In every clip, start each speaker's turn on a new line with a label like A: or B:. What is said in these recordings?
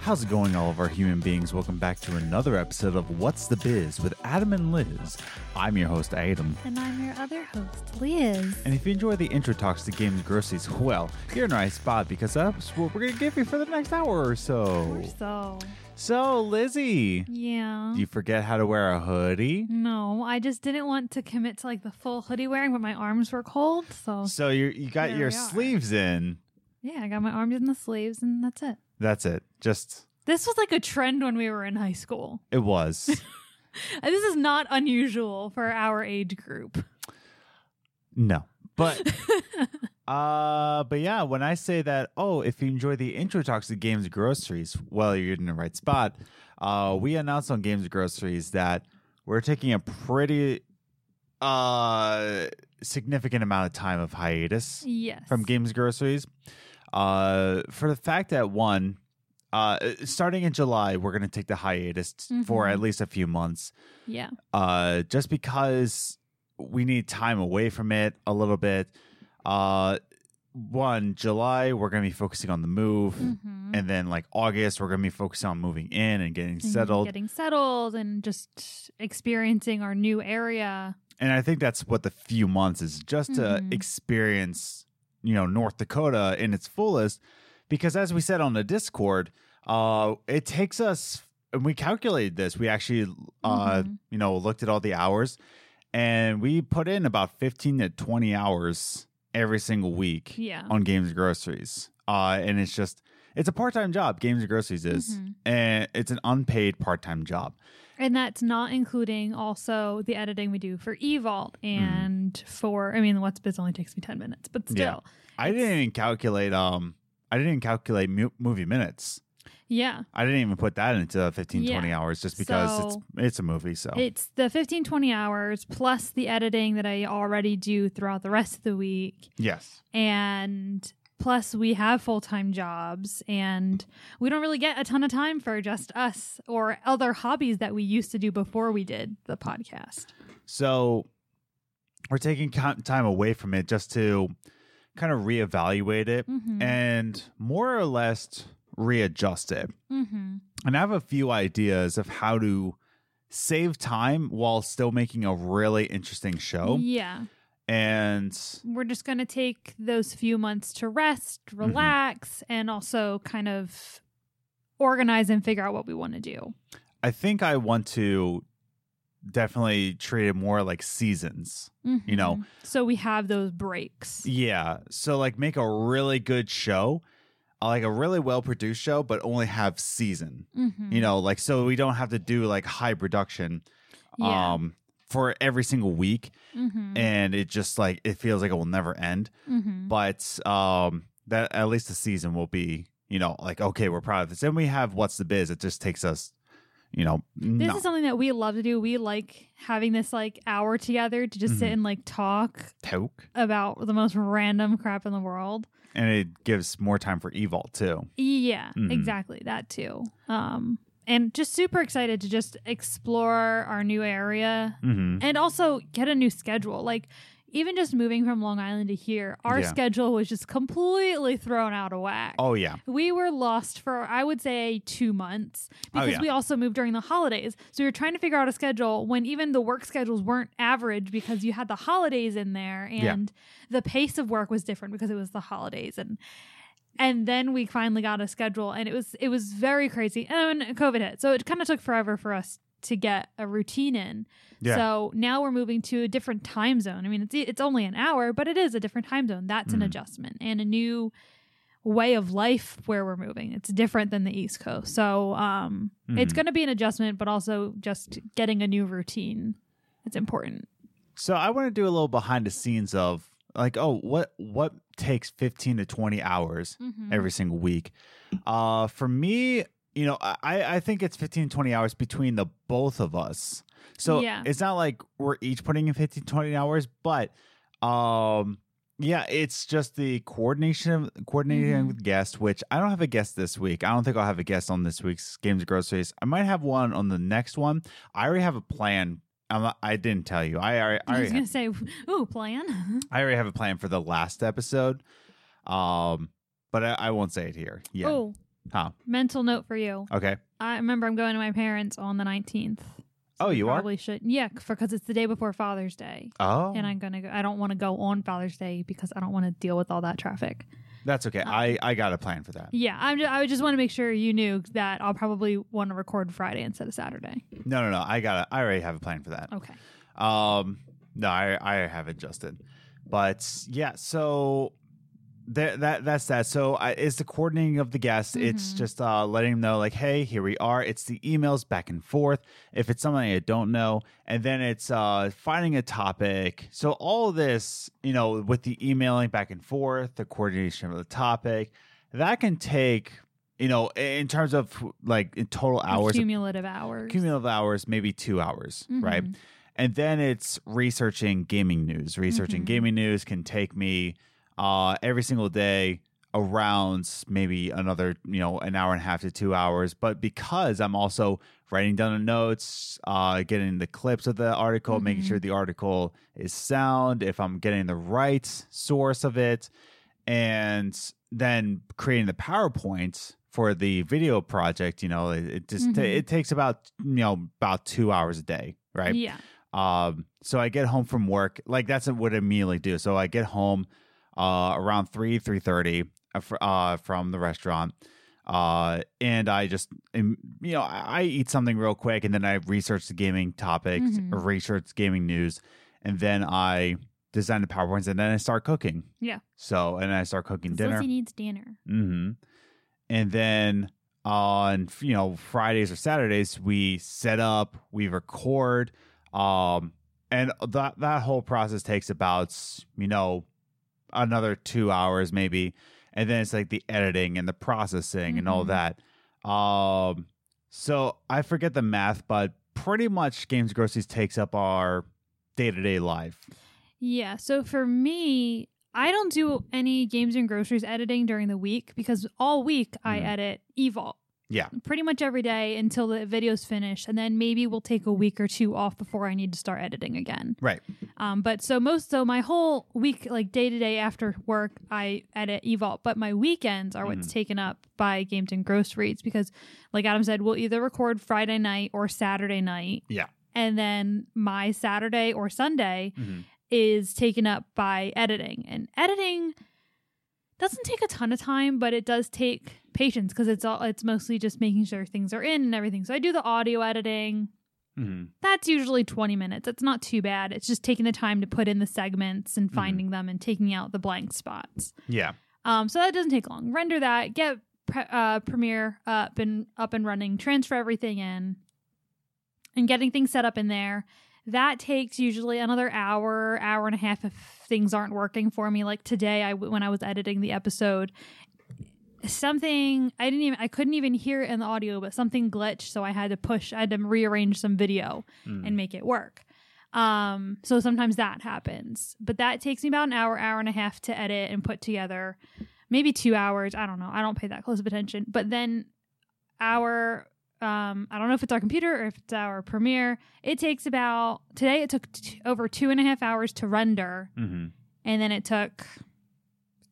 A: How's it going, all of our human beings? Welcome back to another episode of What's the Biz with Adam and Liz. I'm your host, Adam.
B: And I'm your other host, Liz.
A: And if you enjoy the intro talks to games groceries, well, you're in the right spot because that's what we're going to give you for the next hour or so.
B: Or so.
A: So, Lizzie,
B: Yeah.
A: do you forget how to wear a hoodie?
B: no, I just didn't want to commit to like the full hoodie wearing, but my arms were cold. So,
A: So, you you got
B: There
A: your
B: we are.
A: sleeves in.
B: yeah, I got my arms in the sleeves and that's it.
A: That's it. Just,
B: This was like a trend when we were in high school.
A: it was.
B: And This is not unusual for our age group.
A: No. But uh but yeah, when I say that, oh, if you enjoy the intro talks to Games and Groceries, well, you're in the right spot. Uh we announced on Games and Groceries that we're taking a pretty uh significant amount of time of hiatus
B: Yes.
A: from Games and Groceries. Uh for the fact that one uh starting in July, we're going to take the hiatus for
B: Mhm.
A: at least a few months
B: Yeah.
A: uh, just because we need time away from it a little bit. Uh, one, July, we're going to be focusing on the move.
B: Mm-hmm.
A: And then, like August, we're going to be focusing on moving in and getting settled.
B: Getting settled and just experiencing our new area.
A: and I think that's what the few months is just to
B: Mhm.
A: experience, you know, North Dakota in its fullest. Because as we said on the Discord, uh, it takes us, and we calculated this. We actually, uh,
B: Mhm.
A: you know, looked at all the hours, and we put in about fifteen to twenty hours every single week
B: Yeah.
A: on Games and Groceries. Uh, and it's just, it's a part time job. Games and Groceries is,
B: Mhm.
A: and it's an unpaid part time job.
B: And that's not including also the editing we do for eVault and for I mean what's biz only takes me 10 minutes, but
A: Yeah.
B: still.
A: I
B: It's-
A: didn't even calculate. Um, I didn't even calculate mu- movie minutes.
B: Yeah.
A: I didn't even put that into the 15,
B: Yeah.
A: 20 hours just because
B: So-
A: it's it's a movie. So
B: It's the 15 20 hours plus the editing that I already do throughout the rest of the week
A: yes,
B: and plus we have full-time jobs and we don't really get a ton of time for just us or other hobbies that we used to do before we did the podcast.
A: so we're taking co- time away from it just to kind of reevaluate it
B: Mhm.
A: and more or less readjust it.
B: Mhm.
A: And I have a few ideas of how to save time while still making a really interesting show.
B: Yeah.
A: And
B: we're just going to take those few months to rest,
A: Mm-hmm.
B: relax, and also kind of organize and figure out what we want to do.
A: I think I want to definitely treat it more like seasons. You know.
B: Mhm. so we have those breaks.
A: Yeah. So like make a really good show, uh, like a really well produced show, but only have season.
B: Mhm.
A: You know, like so we don't have to do like high production
B: Yeah.
A: um for every single week
B: Mhm.
A: and it just like it feels like it will never end.
B: Mhm.
A: But um that at least the season will be, you know, like okay, we're proud of this. And we have what's the biz. It just takes us, you know,
B: This
A: no.
B: is something that we love to do. We like having this like hour together to just sit
A: Mhm.
B: and like talk
A: toke.
B: about the most random crap in the world.
A: and it gives more time for eVault too.
B: Yeah,
A: Mhm.
B: exactly. That too. Um and just super excited to just explore our new area
A: Mm-hmm.
B: and also get a new schedule. Like even just moving from Long Island to here, our
A: Yeah.
B: schedule was just completely thrown out of whack.
A: Oh yeah,
B: We were lost for I would say 2 months
A: Oh,
B: because
A: yeah.
B: we also moved during the holidays. So we were trying to figure out a schedule when even the work schedules weren't average because you had the holidays in there
A: Yeah.
B: and the pace of work was different because it was the holidays and and then we finally got a schedule and it was it was very crazy and then covid hit so it kind of took forever for us to get a routine in
A: yeah.
B: so now we're moving to a different time zone. I mean, it's it's only an hour, but it is a different time zone. That's an
A: Mm.
B: adjustment and a new way of life where we're moving. It's different than the East Coast. So um, it's
A: Mhm.
B: going to be an adjustment, but also just getting a new routine. It's important.
A: So I want to do a little behind the scenes of like, oh, what what takes fifteen to twenty hours
B: Mm-hmm.
A: every single week? Uh, for me, you know, I I think it's 15, 20 hours between the both of us. So
B: Yeah.
A: it's not like we're each putting in 15, 20 hours, but um. Yeah, it's just the coordination of coordinating
B: Mhm.
A: with guests, which I don't have a guest this week. I don't think I'll have a guest on this week's Games and Groceries. I might have one on the next one. I already have a plan. I'm not, I didn't tell you. I already, I
B: I
A: already
B: was going to say, ooh, plan.
A: I already have a plan for the last episode. Um, but I, I won't say it here. Yeah.
B: Oh,
A: Huh.
B: Mental note for you.
A: Okay.
B: I remember I'm going to my parents on the 19th.
A: Oh, you are.
B: Probably should. Yeah, because it's the day before Father's Day.
A: Oh,
B: And I'm going to go. I don't want to go on Father's Day because I don't want to deal with all that traffic.
A: that's okay.
B: Uh,
A: I I got a plan for that.
B: Yeah, I'm just, I would just want to make sure you knew that I'll probably want to record Friday instead of Saturday.
A: No, no, no. I got. I already have a plan for that.
B: Okay.
A: Um, no, I I have adjusted, but yeah. So that that that's that. So I, it's the coordinating of the guests. It's
B: Mhm.
A: just uh letting them know like, hey, here we are. It's the emails back and forth. If it's something I don't know, and then it's uh finding a topic. So all of this, you know, with the emailing back and forth, the coordination of the topic, that can take. You know, in terms of like in total hours,
B: Cumulative hours.
A: cumulative hours, maybe two hours,
B: Mhm.
A: right? and then it's researching gaming news. Researching
B: Mhm.
A: gaming news can take me uh, every single day around maybe another, you know, an hour and a half to two hours. But because I'm also writing down the notes, uh, getting the clips of the article, making
B: Mhm.
A: sure the article is sound, if I'm getting the right source of it, and then creating the PowerPoint for the video project, you know, it, it just ta-
B: Mhm.
A: it takes about you know about two hours a day, right?
B: Yeah.
A: Um, so I get home from work. Like that's what I immediately do. So I get home uh, around three three thirty uh, fr- uh, from the restaurant, uh, and I just am- you know I I eat something real quick, and then I research the gaming topics,
B: Mhm.
A: or research gaming news, and then I design the powerpoints, and then I start cooking.
B: Yeah.
A: So and I start cooking dinner.
B: Lizzie needs dinner.
A: Mm-hmm. And then on you know Fridays or Saturdays, we set up, we record, um, and that that whole process takes about you know another two hours maybe, and then it's like the editing and the processing and all
B: Mhm.
A: that. Um, so I forget the math, but pretty much Games Groceries takes up our day to day life.
B: Yeah. So for me, I don't do any games and groceries editing during the week because all week I
A: Mhm.
B: edit Evolve.
A: Yeah.
B: Pretty much every day until the video's finished. And then maybe we'll take a week or two off before I need to start editing again.
A: Right.
B: Um, but so most, so my whole week, like day to day after work, I edit Evolve. But my weekends are
A: Mm-hmm.
B: what's taken up by games and groceries because, like Adam said, we'll either record Friday night or Saturday night.
A: Yeah.
B: And then my Saturday or Sunday
A: Mhm.
B: is taken up by editing. And editing doesn't take a ton of time, but it does take patience because it's all it's mostly just making sure things are in and everything. So I do the audio editing.
A: Mhm.
B: That's usually 20 minutes. It's not too bad. It's just taking the time to put in the segments and
A: Mhm.
B: finding them and taking out the blank spots.
A: Yeah.
B: Um, so that doesn't take long. Render that, get pre- uh, Premiere up and up and running, transfer everything in, and getting things set up in there. That takes usually another hour, hour and a half if things aren't working for me. Like today, I when I was editing the episode, something I didn't even I couldn't even hear it in the audio, but something glitched, so I had to push, I had to rearrange some video
A: Mm.
B: and make it work. Um, so sometimes that happens, but that takes me about an hour, hour and a half to edit and put together, maybe two hours. I don't know. I don't pay that close of attention. But then our, um, I don't know if it's our computer or if it's our Premiere. It takes about today. It took t- over two and a half hours to render,
A: Mhm.
B: and then it took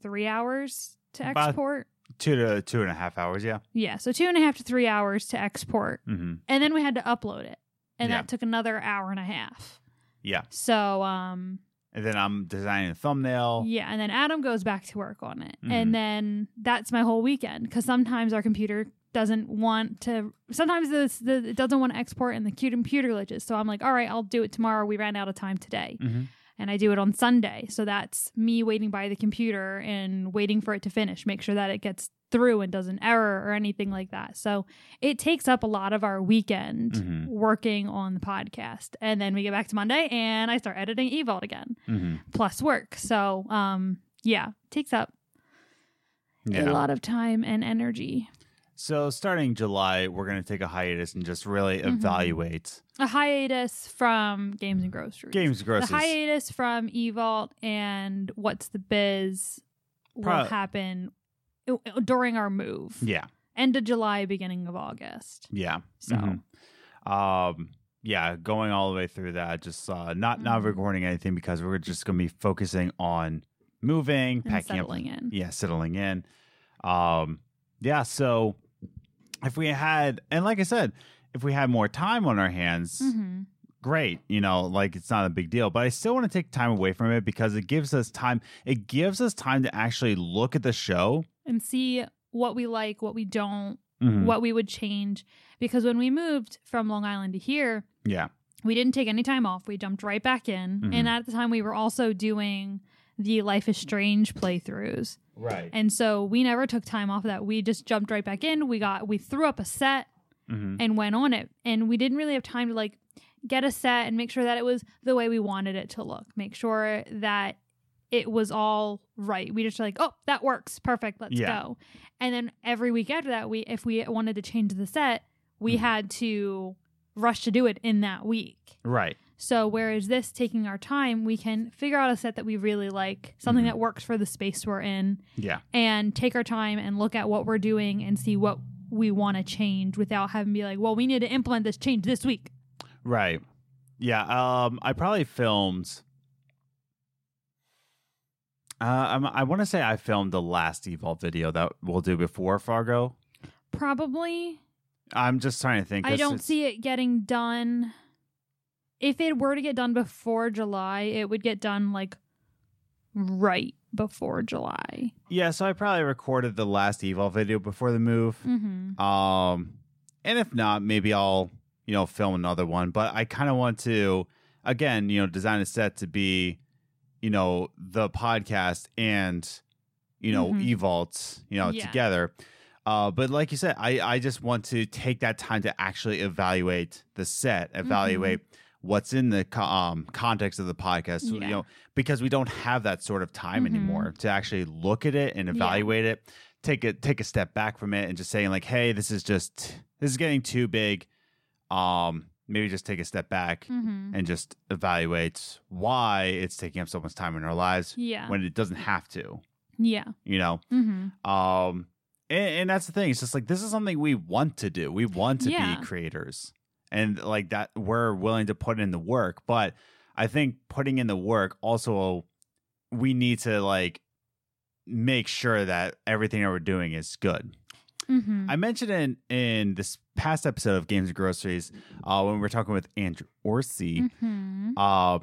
B: three hours to
A: About-
B: export.
A: Two to two and a half hours. Yeah.
B: Yeah, so two and a half to three hours to export,
A: Mm-hmm.
B: and then we had to upload it, and
A: Yeah.
B: that took another hour and a half.
A: Yeah.
B: So um
A: and then I'm designing a thumbnail.
B: yeah, and then Adam goes back to work on it.
A: Mhm.
B: And then that's my whole weekend cuz sometimes our computer doesn't want to sometimes this the, it doesn't want to export and the cute computer glitches. So I'm like, "All right, I'll do it tomorrow. We ran out of time today."
A: Mhm.
B: And I do it on Sunday. So that's me waiting by the computer and waiting for it to finish, make sure that it gets through and doesn't error or anything like that. So it takes up a lot of our weekend
A: Mhm.
B: working on the podcast. And then we get back to Monday and I start editing Evolve again
A: Mhm.
B: plus work. So, um, yeah, takes up a
A: Yeah.
B: lot of time and energy.
A: So starting July, we're gonna take a hiatus and just really
B: Mhm.
A: evaluate
B: A hiatus from games and groceries.
A: games
B: The
A: groceries.
B: hiatus from Evault and what's the biz will
A: Prob-
B: happen during our move.
A: yeah,
B: End of July, beginning of August.
A: yeah.
B: So,
A: Mhm. um, yeah, going all the way through that, just uh, not not
B: Mhm.
A: recording anything because we're just gonna be focusing on moving,
B: and
A: packing up,
B: settling in.
A: yeah, settling in. Um, yeah, so if we had, and like I said, if we had more time on our hands,
B: Mm-hmm.
A: great. You know, like it's not a big deal, but I still want to take time away from it because it gives us time. It gives us time to actually look at the show.
B: And see what we like, what we don't,
A: Mhm.
B: what we would change. Because when we moved from Long Island to here,
A: Yeah.
B: we didn't take any time off. We jumped right back in.
A: Mhm.
B: And at the time, we were also doing the Life is Strange playthroughs.
A: Right.
B: And so we never took time off of that. We just jumped right back in. We got, we threw up a set
A: hmm
B: and went on it. And we didn't really have time to like get a set and make sure that it was the way we wanted it to look, make sure that it was all right. We just like, oh, that works. Perfect. Let's
A: Yeah.
B: go. And then every week after that, we if we wanted to change the set, we
A: Mhm.
B: had to rush to do it in that week.
A: Right.
B: So whereas this taking our time, we can figure out a set that we really like, something
A: Mhm.
B: that works for the space we're in,
A: Yeah.
B: and take our time and look at what we're doing and see what we want to change without having to be like, well, we need to implement this change this week.
A: Right. Yeah. Um, I probably filmed. Uh, I'm, I want to say I filmed the last Evolve video that we'll do before Fargo.
B: Probably.
A: I'm just trying to think.
B: I
A: 'cause
B: don't
A: it's-
B: see it getting done. If it were to get done before July, it would get done like right before July.
A: Yeah, so I probably recorded the last Evolve video before the move.
B: Mm-hmm.
A: Um, and if not, maybe I'll you know film another one. But I kind of want to again, you know, design a set to be, you know, the podcast and you know
B: Mhm.
A: Evolts, you know,
B: Yeah.
A: together. Uh, but like you said, I I just want to take that time to actually evaluate the set,
B: Mm-hmm.
A: evaluate. What's in the co- um, context of the podcast, you
B: Yeah.
A: know, because we don't have that sort of time
B: Mhm.
A: anymore to actually look at it and
B: Yeah.
A: evaluate it take a take a step back from it and just saying like hey this is just this is getting too big um maybe just take a step back
B: Mm-hmm.
A: and just evaluate why it's taking up so much time in our lives
B: Yeah.
A: when it doesn't have to
B: yeah.
A: you know
B: Mm-hmm.
A: um and, and that's the thing it's just like this is something we want to do we want to
B: Yeah.
A: be creators and like that we're willing to put in the work but i think putting in the work also we need to like make sure that everything that we're doing is good
B: Mm-hmm.
A: I mentioned in in this past episode of Games and Groceries uh, when we were talking with Andrew Orsi,
B: Mm-hmm.
A: uh,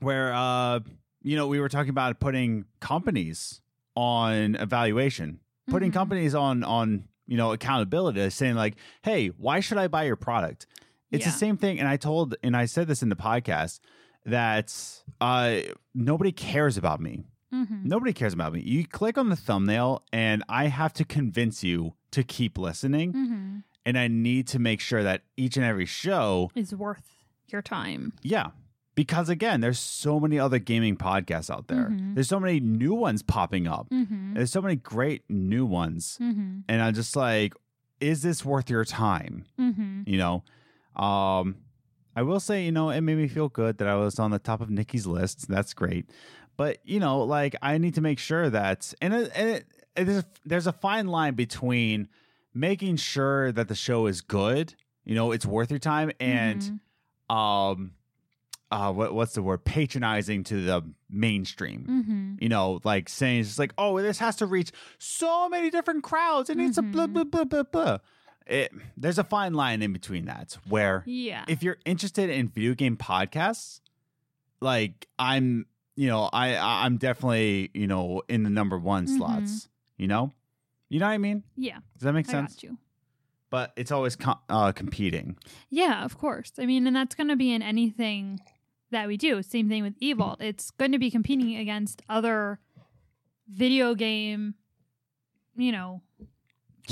A: where uh, you know we were talking about putting companies on evaluation, putting
B: Mhm.
A: companies on on you know accountability, saying like, hey, why should I buy your product? It's
B: Yeah.
A: the same thing, and I told and I said this in the podcast that uh, nobody cares about me.
B: Mm-hmm.
A: Nobody cares about me. You click on the thumbnail, and I have to convince you to keep listening.
B: Mm-hmm.
A: And I need to make sure that each and every show,
B: It's worth your time.
A: yeah, because again, there's so many other gaming podcasts out there.
B: Mhm.
A: There's so many new ones popping up.
B: Mm-hmm.
A: There's so many great new ones.
B: Mm-hmm.
A: And I'm just like, is this worth your time?
B: Mm-hmm.
A: You know, um, I will say, you know, it made me feel good that I was on the top of Nikki's list. That's great. But, you know, like I need to make sure that, and, it, and it, it is, there's a fine line between making sure that the show is good, you know, it's worth your time, and,
B: Mm-hmm.
A: um, uh, what, what's the word? Patronizing to the mainstream
B: Mm-hmm.
A: you know, like saying it's just like, oh, this has to reach so many different crowds. It needs to blah
B: Mhm.
A: blah blah blah blah. It, there's a fine line in between that where
B: Yeah.
A: if you're interested in video game podcasts, like I'm, you know, I I- I'm definitely you know in the number one
B: Mhm.
A: slots. You know, you know what I mean?
B: yeah.
A: Does that make
B: I
A: sense?
B: got you.
A: But it's always com- uh, competing.
B: Yeah, of course. I mean, and that's going to be in anything that we do. Same thing with Evolt. It's going to be competing against other video game, you know,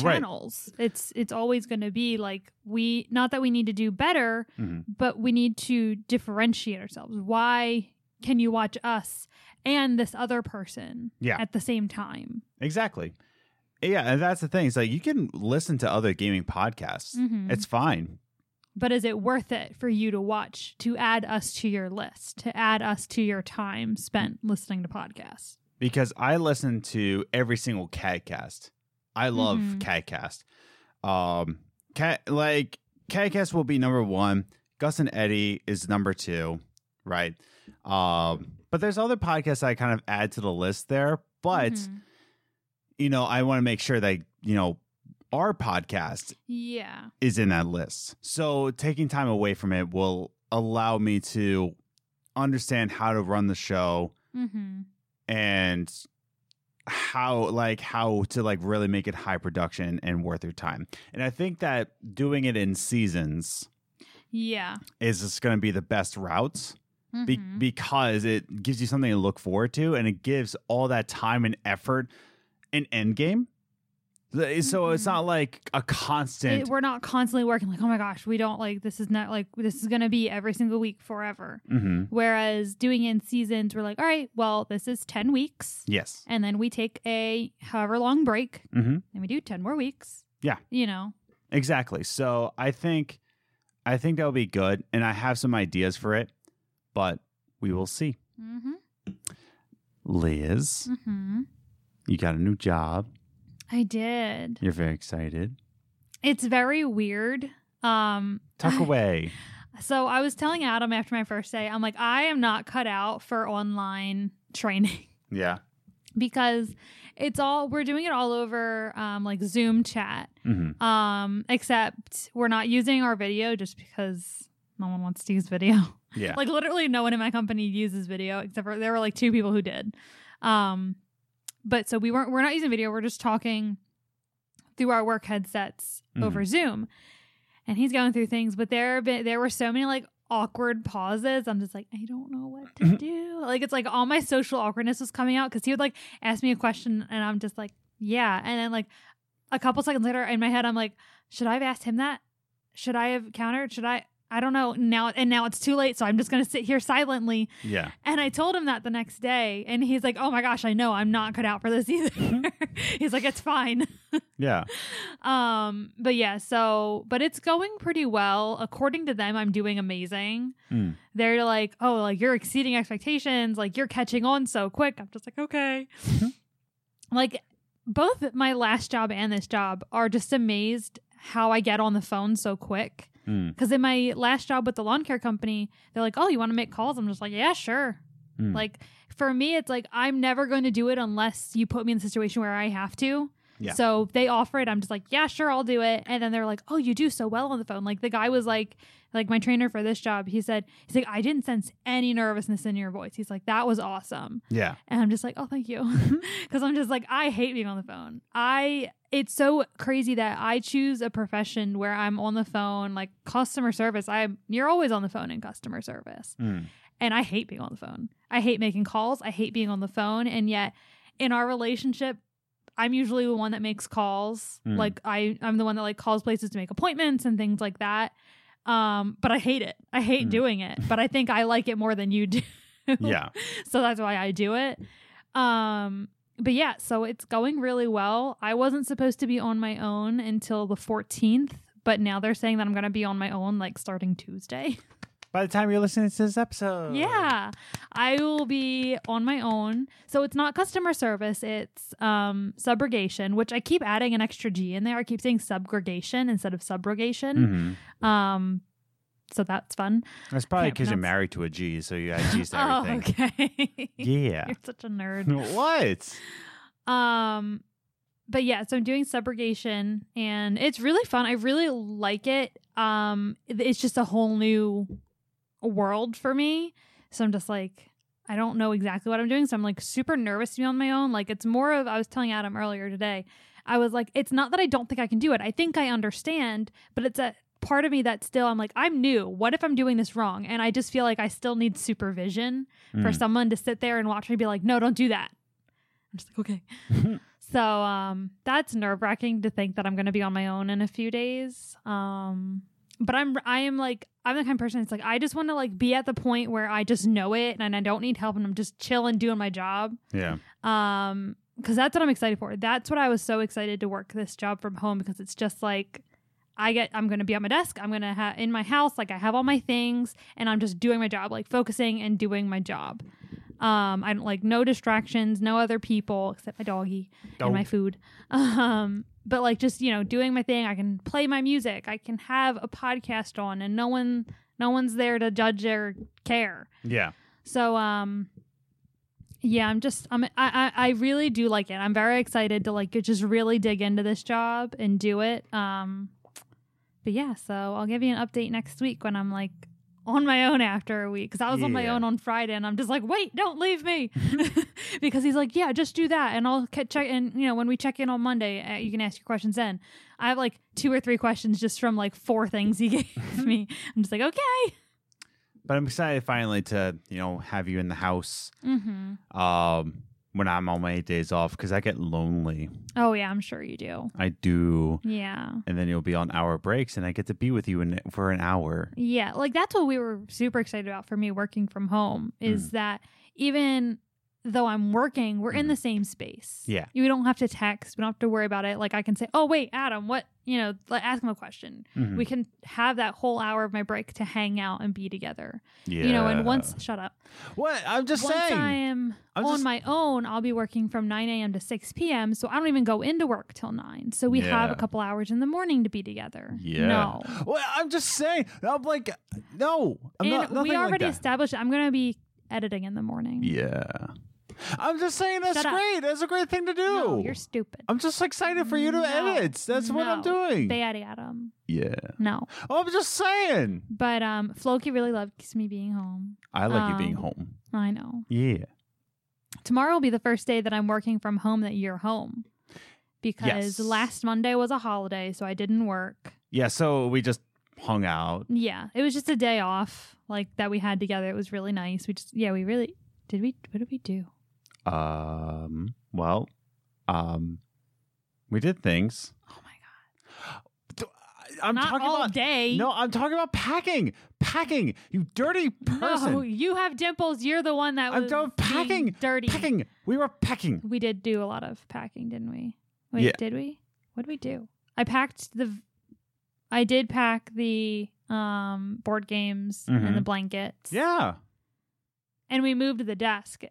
A: Right.
B: channels. It's it's always going to be like we not that we need to do better,
A: Mhm.
B: but we need to differentiate ourselves. Why can you watch us and this other person
A: Yeah.
B: at the same time?
A: Exactly. Yeah, and that's the thing. It's like you can listen to other gaming podcasts.
B: Mhm.
A: It's fine.
B: but is it worth it for you to watch to add us to your list to add us to your time spent listening to podcasts
A: because I listen to every single Catcast. I love
B: Mhm.
A: Catcast. Um, cat like Catcast will be number one. Gus and Eddie is number two, right?
B: Mm-hmm.
A: Um, but there's other podcasts I kind of add to the list there. But you know, I want to make sure that, you know, our podcast
B: Yeah.
A: is in that list. So taking time away from it will allow me to understand how to run the show
B: Mm-hmm.
A: and how like how to like really make it high production and worth your time. And I think that doing it in seasons
B: Yeah.
A: is just going to be the best route be-
B: Mhm.
A: because it gives you something to look forward to and it gives all that time and effort an end game. Th- So it's
B: Mhm.
A: not like a constant
B: It- we're not constantly working like, oh my gosh, we don't like this is not like this is gonna be every single week forever.
A: Mhm.
B: Whereas doing in seasons, we're like, all right, well, this is ten weeks,
A: Yes.
B: and then we take a however long break,
A: Mhm.
B: and we do ten more weeks.
A: Yeah.
B: You know.
A: Exactly. So I think I think that'll be good and I have some ideas for it, but we will see.
B: Mm-hmm.
A: Liz,
B: Mm-hmm.
A: you got a new job.
B: I did.
A: You're very excited.
B: It's very weird. Um,
A: Tuck away.
B: so I was telling Adam after my first day, I'm like, I am not cut out for online training
A: yeah.
B: because it's all we're doing it all over um, like Zoom chat.
A: hmm
B: Um, except we're not using our video just because no one wants to use video.
A: Yeah.
B: like literally no one in my company uses video except for there were like two people who did. Um, but so we weren't we're not using video. We're just talking through our work headsets over Zoom. And he's going through things, but there have been, there were so many like awkward pauses. I'm just like, I don't know what to do. Like it's like all my social awkwardness was coming out because he would like ask me a question and I'm just like, yeah. And then like a couple seconds later in my head, I'm like, should I have asked him that? Should I have countered? Should I? I don't know now. And now it's too late. So I'm just going to sit here silently.
A: yeah.
B: And I told him that the next day. And he's like, oh my gosh, I know I'm not cut out for this either. he's like, it's fine
A: Yeah.
B: um but yeah so but it's going pretty well according to them i'm doing amazing
A: Mm.
B: they're like oh like you're exceeding expectations like you're catching on so quick i'm just like okay like both my last job and this job are just amazed how i get on the phone so quick
A: Mm.
B: because in my last job with the lawn care company they're like oh you want to make calls i'm just like yeah sure
A: Mm.
B: like for me, it's like I'm never going to do it unless you put me in a situation where I have to.
A: Yeah.
B: So if they offer it. I'm just like, yeah, sure, I'll do it. And then they're like, oh, you do so well on the phone. Like the guy was like, like my trainer for this job, he said, he's like, I didn't sense any nervousness in your voice. He's like, that was awesome.
A: yeah.
B: And I'm just like, oh, thank you. Because I'm just like, I hate being on the phone. I, it's so crazy that I choose a profession where I'm on the phone, like customer service. I'm, you're always on the phone in customer service
A: Mm.
B: and I hate being on the phone. I hate making calls. I hate being on the phone. And yet, in our relationship, I'm usually the one that makes calls.
A: Mm.
B: Like I, I'm the one that like calls places to make appointments and things like that. Um, but I hate it. I hate
A: Mm.
B: doing it. But I think I like it more than you do.
A: Yeah.
B: so that's why I do it. Um, but yeah, so it's going really well. I wasn't supposed to be on my own until the 14th, but now they're saying that I'm going to be on my own like starting Tuesday.
A: By the time you're listening to this episode.
B: Yeah, I will be on my own. So it's not customer service; it's um, subrogation, which I keep adding an extra G in there. I keep saying subrogation instead of subrogation.
A: hmm
B: Um, so that's fun.
A: That's probably
B: Can't
A: because you're
B: pronounce-
A: married to a G, so you add G's to
B: Oh,
A: everything.
B: okay.
A: Yeah.
B: You're such a nerd.
A: what?
B: Um, but yeah, so I'm doing subrogation, and it's really fun. I really like it. Um, it- it's just a whole new world for me. So I'm just like, I don't know exactly what I'm doing. So I'm like super nervous to be on my own. Like it's more of I was telling Adam earlier today. I was like, it's not that I don't think I can do it. I think I understand, but it's a part of me that still I'm like, I'm new. What if I'm doing this wrong? And I just feel like I still need supervision for
A: Mm.
B: someone to sit there and watch me be like, no, don't do that. I'm just like, okay. So um that's nerve wracking to think that I'm gonna be on my own in a few days. Um but I'm I am like I'm the kind of person that's like I just wanna like be at the point where I just know it and I don't need help and I'm just chilling doing my job.
A: yeah.
B: Um because that's what I'm excited for. That's what I was so excited to work this job from home because it's just like I get I'm gonna be at my desk, I'm gonna have in my house, like I have all my things and I'm just doing my job, like focusing and doing my job. Um I don't like no distractions, no other people except my doggy
A: Oh.
B: and my food. Um, but like just you know doing my thing, I can play my music, I can have a podcast on, and no one no one's there to judge or care.
A: yeah.
B: So um, yeah, I'm just I'm I, I I really do like it. I'm very excited to like just really dig into this job and do it. Um, but yeah, so I'll give you an update next week when I'm like on my own after a week because I was on my
A: Yeah.
B: own on Friday and I'm just like, wait, don't leave me because he's like, yeah, just do that and I'll ca- check and you know when we check in on Monday, uh, you can ask your questions then. I have like two or three questions just from like four things he gave me. I'm just like, okay.
A: But I'm excited finally to, you know, have you in the house
B: Mm-hmm.
A: um, when I'm on my days off because I get lonely.
B: Oh yeah, I'm sure you do.
A: I do.
B: Yeah.
A: And then you'll be on hour breaks and I get to be with you in, for an hour.
B: Yeah, like that's what we were super excited about for me working from home
A: Mm.
B: is that even though I'm working, we're in the same space.
A: Mm-hmm. Yeah.
B: We don't have to text, we don't have to worry about it. Like I can say, "Oh, wait, Adam, what, you know, like, ask him a question."
A: Mhm.
B: We can have that whole hour of my break to hang out and be together. You know, and once shut up.
A: What? I'm just
B: once
A: saying.
B: I am
A: I'm
B: on
A: just-
B: my own, I'll be working from 9 a.m. to 6 p.m. So I don't even go into work till 9. So we have a
A: Yeah.
B: couple hours in the morning to be together.
A: Yeah.
B: No.
A: Well, I'm just saying. I'm like, no. I'm
B: and
A: not, nothing
B: we already
A: like that.
B: established I'm gonna be editing in the morning.
A: Yeah. I'm just saying that's
B: Shut up.
A: great. That's a great thing to do.
B: No, you're stupid.
A: I'm just excited for you to
B: No.
A: edit. That's what I'm
B: No.
A: doing.
B: Bad Adam.
A: yeah.
B: No.
A: I'm just saying.
B: But um Floki really loves me being home.
A: I like you being
B: Um,
A: home.
B: I know.
A: Yeah.
B: Tomorrow will be the first day that I'm working from home that you're home. Because
A: Yes.
B: last Monday was a holiday, so I didn't work.
A: Yeah. So we just hung out.
B: Yeah. It was just a day off, like that we had together. It was really nice. We just yeah, we really did we what did we do?
A: Um. Well. Um. We did things.
B: Oh my god.
A: I'm
B: Not
A: talking
B: all
A: about.
B: day.
A: No, I'm talking about packing. Packing. You dirty person.
B: No, you have dimples. You're the one that
A: I'm
B: was
A: done
B: being
A: packing,
B: dirty.
A: Packing. We were packing.
B: We did do a lot of packing, didn't we? Wait,
A: Yeah.
B: did we? What did we do? I packed the. I did pack the um board games and the
A: Mhm.
B: blankets.
A: Yeah.
B: and we moved the desk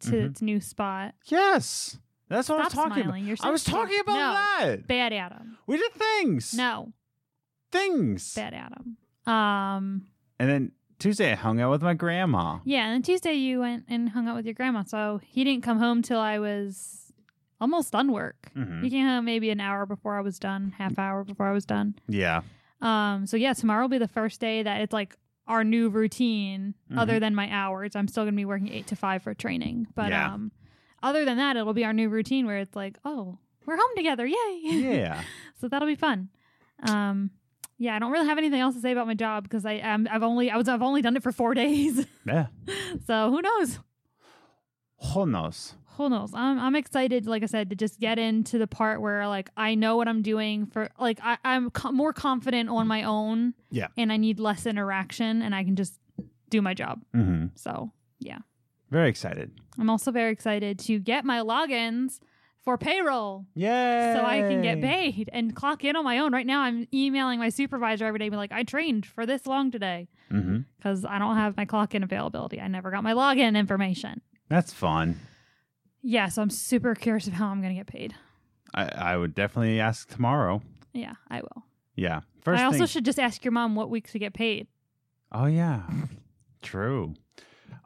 B: to
A: Mhm.
B: its new spot.
A: Yes. That's what
B: Stop
A: I was talking
B: smiling. You're
A: about.
B: so
A: I was
B: stupid.
A: talking about
B: no.
A: that.
B: Bad Adam.
A: We did things.
B: No,
A: Things.
B: bad Adam. Um,
A: And then Tuesday, I hung out with my grandma.
B: yeah. And then Tuesday you went and hung out with your grandma, so he didn't come home till I was almost done work.
A: Mhm.
B: He came home maybe an hour before I was done, half hour before I was done.
A: Yeah.
B: Um, so yeah, tomorrow will be the first day that it's like our new routine,
A: Mhm.
B: other than my hours. I'm still gonna be working eight to five for training. But
A: Yeah.
B: um other than that, it'll be our new routine where it's like, oh, we're home together, yay.
A: Yeah.
B: so that'll be fun. Um yeah, I don't really have anything else to say about my job because I um, I've only I was I've only done it for four days.
A: yeah.
B: so who knows?
A: Who knows?
B: Who knows? I'm I'm excited, like I said, to just get into the part where like I know what I'm doing for like I, I'm co- more confident on my own.
A: Yeah.
B: And I need less interaction, and I can just do my job.
A: Mm-hmm.
B: So
A: Very excited.
B: I'm also very excited to get my logins for payroll.
A: Yeah.
B: So I can get paid and clock in on my own. Right now, I'm emailing my supervisor every day, be like, I trained for this long today
A: Mm-hmm.
B: because I don't have my clock in availability. I never got my login information.
A: That's fun.
B: Yeah, so I'm super curious of how I'm going to get paid.
A: I, I would definitely ask tomorrow.
B: Yeah, I will.
A: Yeah. First
B: I also
A: thing.
B: should just ask your mom what weeks we get paid.
A: oh yeah. True.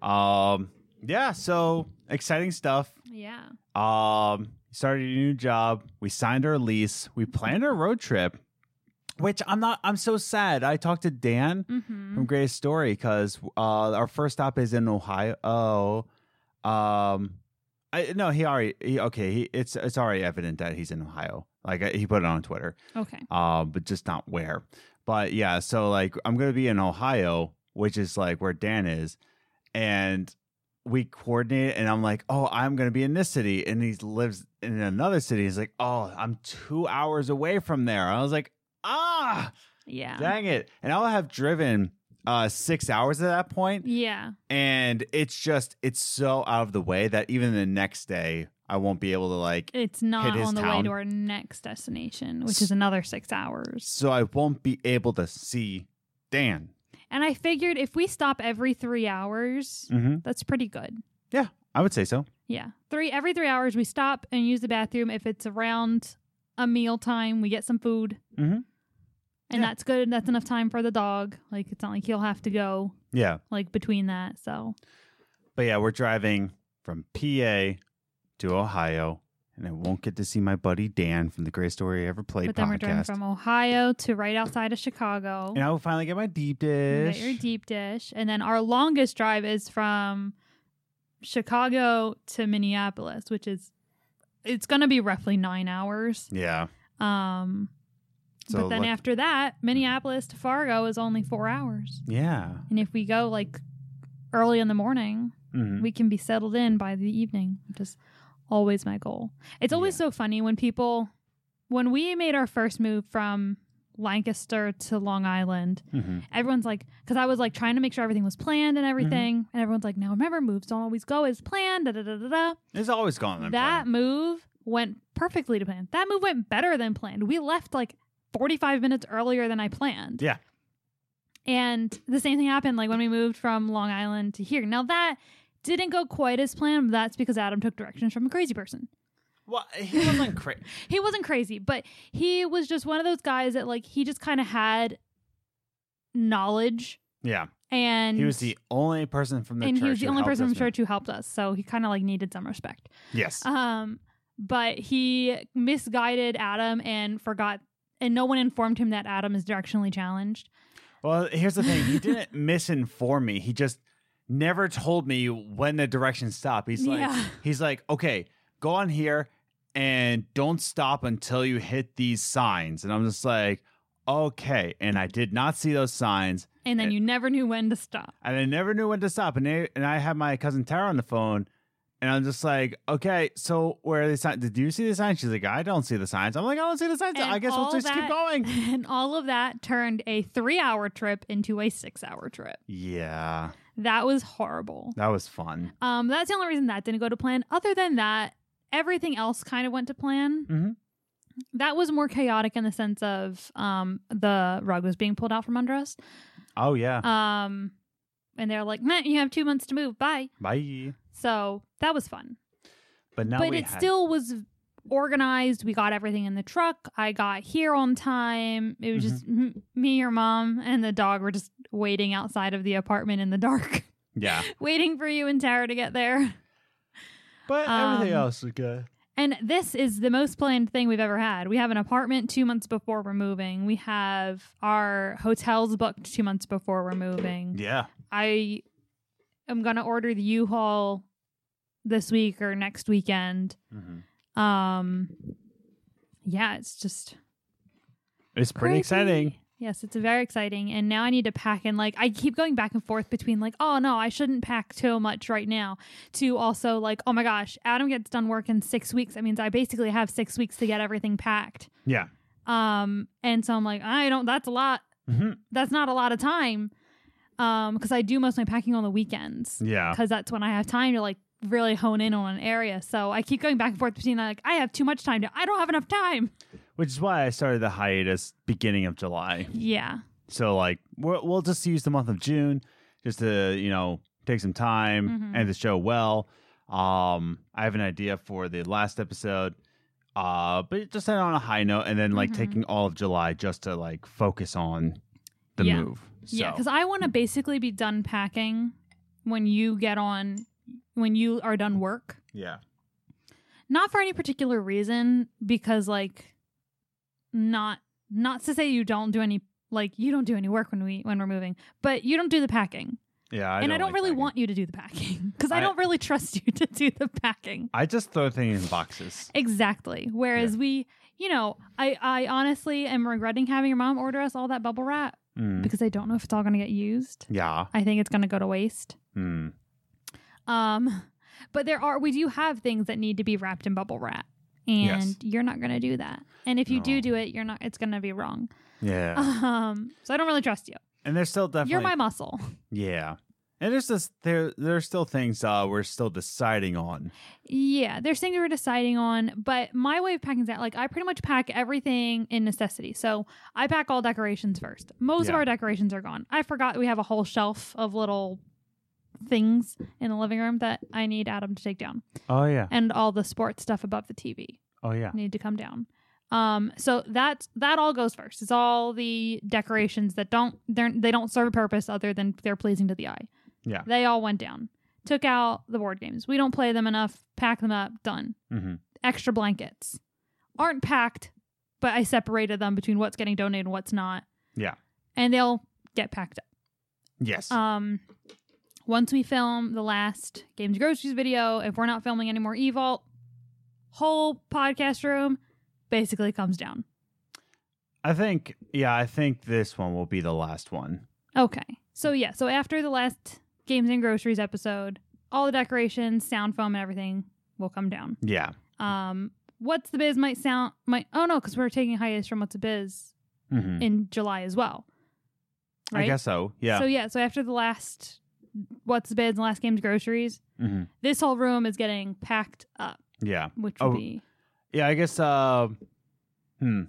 A: Um. Yeah. So exciting stuff.
B: Yeah.
A: Um. Started a new job. We signed our lease. We planned our road trip. Which I'm not. I'm so sad. I talked to Dan
B: Mm-hmm.
A: from Greatest Story because uh, our first stop is in Ohio. Oh, um, I no, he already he, okay. He, it's it's already evident that he's in Ohio. Like I, he put it on Twitter,
B: Okay.
A: um, but just not where. But yeah, so like I'm gonna be in Ohio, which is like where Dan is, and we coordinate. And I'm like, oh, I'm gonna be in this city, and he lives in another city. He's like, oh, I'm two hours away from there. I was like, ah.
B: Yeah.
A: Dang it. And I'll have driven uh six hours at that point,
B: yeah.
A: And it's just it's so out of the way that even the next day I won't be able to like
B: It's not
A: his
B: on the way
A: town.
B: to our next destination, which is another six hours.
A: so I won't be able to see Dan.
B: And I figured if we stop every three hours,
A: Mm-hmm.
B: that's pretty good.
A: I would say so.
B: Yeah. Three every three hours we stop and use the bathroom. If it's around a meal time, we get some food.
A: Mhm.
B: And
A: Yeah.
B: that's good. That's enough time for the dog. Like it's not like he'll have to go
A: Yeah.
B: like between that. So
A: But yeah, we're driving from PA to Ohio, and I won't get to see my buddy Dan from the Great Story I Ever Played
B: but then we're driving
A: podcast.
B: from Ohio to right outside of Chicago.
A: and I will finally get my deep
B: You
A: dish.
B: get your deep dish, and then our longest drive is from Chicago to Minneapolis, which is it's going to be roughly nine hours.
A: yeah.
B: Um,
A: So
B: but then
A: look-
B: after that, Minneapolis to Fargo is only four hours,
A: Yeah.
B: and if we go like early in the morning,
A: Mhm.
B: we can be settled in by the evening, which is always my goal. It's always so funny when people, when we made our first move from Lancaster to Long Island,
A: Mhm.
B: everyone's like, because I was like trying to make sure everything was planned
A: Mm-hmm.
B: and everything, and everyone's like, now remember, moves don't always go as planned. Da da da da da.
A: It's always gone.
B: That move went perfectly to plan. That move went better than planned. We left like 45 minutes earlier than I planned.
A: Yeah.
B: And the same thing happened like when we moved from Long Island to here. Now that didn't go quite as planned. but That's because Adam took directions from a crazy person.
A: Well, he wasn't crazy.
B: He wasn't crazy, but he was just one of those guys that like he just kind of had knowledge
A: yeah.
B: and
A: He was the only person from the
B: and
A: church.
B: he was the
A: who
B: only
A: helped
B: person
A: us
B: from
A: move.
B: church who helped us. So he kind of like needed some respect.
A: Yes.
B: Um, but he misguided Adam and forgot, and no one informed him that Adam is directionally challenged.
A: Well, here's the thing. He didn't misinform me. He just never told me when the directions stop. He's like,
B: Yeah.
A: he's like, okay, go on here and don't stop until you hit these signs. And I'm just like, okay. And I did not see those signs,
B: And then
A: Eh.
B: you never knew when to stop.
A: and I never knew when to stop. And they, and I had my cousin Tara on the phone. And I'm just like, okay, so where are the signs? Did you see the signs? She's like, I don't see the signs. I'm like, I don't see the signs.
B: And
A: I guess we'll
B: all
A: just keep
B: that-
A: going.
B: And all of that turned a three hour trip into a six hour trip.
A: Yeah,
B: That was horrible.
A: that was fun.
B: Um, that's the only reason that didn't go to plan. Other than that, everything else kind of went to plan.
A: Mhm.
B: That was more chaotic in the sense of um, the rug was being pulled out from under us.
A: Oh, yeah.
B: Um, and they're like, "Meh, you have two months to move. Bye.
A: Bye.
B: So that was fun.
A: But now
B: but
A: we
B: it
A: had-
B: still was organized. We got everything in the truck. I got here on time. It was just
A: Mm-hmm.
B: m- me, your mom, and the dog were just waiting outside of the apartment in the dark,
A: yeah.
B: waiting for you and Tara to get there.
A: But everything
B: Um,
A: else is good.
B: And this is the most planned thing we've ever had. We have an apartment two months before we're moving. We have our hotels booked two months before we're moving.
A: Yeah.
B: I am gonna order the U-Haul this week or next weekend.
A: Mm-hmm.
B: Um, yeah, it's just
A: It's pretty
B: crazy.
A: exciting.
B: Yes, it's very exciting. And now I need to pack and like I keep going back and forth between like, oh no, I shouldn't pack too much right now to also like, oh my gosh, Adam gets done work in six weeks. That means I basically have six weeks to get everything packed.
A: Yeah.
B: Um, and so I'm like, I don't that's a lot
A: Mhm.
B: that's not a lot of time. Um, because I do most of my packing on the weekends.
A: Yeah.
B: because that's when I have time to like really hone in on an area. So I keep going back and forth between like I have too much time to I don't have enough time.
A: Which is why I started the hiatus beginning of July.
B: Yeah,
A: So like we'll, we'll just use the month of June just to you know take some time
B: Mhm.
A: and the show well. Um, I have an idea for the last episode. Uh, but just end on a high note, and then like
B: Mhm.
A: taking all of July just to like focus on the
B: Yeah.
A: move. So,
B: yeah, because I want to basically be done packing when you get on when you are done work.
A: yeah,
B: Not for any particular reason, because like not not to say you don't do any like you don't do any work when we when we're moving, but you don't do the packing,
A: yeah. I
B: and I don't
A: like
B: really
A: packing.
B: want you to do the packing because I,
A: I-
B: don't really trust you to do the packing.
A: I just throw things in boxes.
B: Exactly. Whereas we, you know, I, I honestly am regretting having your mom order us all that bubble wrap
A: Mm.
B: because I don't know if it's all going to get used.
A: Yeah.
B: I think it's going to go to waste.
A: Mm.
B: Um, but there are we do have things that need to be wrapped in bubble wrap, and
A: Yes.
B: you're not going to do that. And if you
A: No.
B: do do it, you're not. It's going to be wrong.
A: Yeah.
B: Um, so I don't really trust you.
A: and there's still definitely
B: You're my muscle.
A: Yeah. And there's this there there's still things uh we're still deciding on.
B: Yeah, there's things we're deciding on, but my way of packing is that like I pretty much pack everything in necessity. So I pack all decorations first. Most
A: Yeah.
B: of our decorations are gone. I forgot we have a whole shelf of little things in the living room that I need Adam to take down,
A: Oh yeah.
B: and all the sports stuff above the TV
A: Oh yeah.
B: need to come down. Um, so that that all goes first. It's all the decorations that don't they're, they don't serve a purpose other than they're pleasing to the eye.
A: Yeah.
B: they all went down. took out the board games. We don't play them enough. Pack them up. Done.
A: Mm-hmm.
B: Extra blankets aren't packed, but I separated them between what's getting donated and what's not.
A: Yeah.
B: And they'll get packed up.
A: Yes.
B: Um, once we film the last Games Groceries video, if we're not filming any more Evault, whole podcast room basically comes down.
A: I think, yeah, I think this one will be the last one.
B: Okay. So yeah, so after the last games and groceries episode, all the decorations, sound foam, and everything will come down.
A: Yeah.
B: Um, what's the biz might sound might oh no, because we're taking hiatus from what's the biz
A: Mm-hmm.
B: in July as well. Right?
A: I guess so. Yeah.
B: So yeah, so after the last what's the biz and last games groceries,
A: hmm
B: this whole room is getting packed up,
A: Yeah.
B: which
A: Oh.
B: will be
A: Yeah. I guess. Uh, hmm.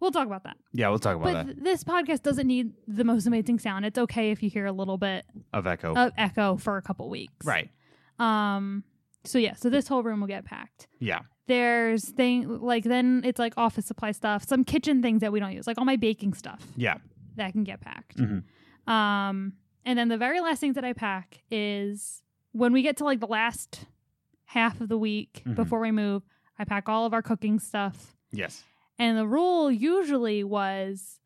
B: we'll talk about that.
A: Yeah, we'll talk about
B: but
A: that
B: th- this podcast doesn't need the most amazing sound. It's okay if you hear a little bit
A: of echo.
B: of echo for a couple weeks.
A: right.
B: Um so yeah, so this whole room will get packed.
A: Yeah.
B: There's thing like then it's like office supply stuff, some kitchen things that we don't use, like all my baking stuff
A: Yeah.
B: that can get packed.
A: Mhm.
B: Um and then the very last thing that I pack is when we get to like the last half of the week
A: Mhm.
B: before we move, I pack all of our cooking stuff.
A: Yes.
B: And the rule usually was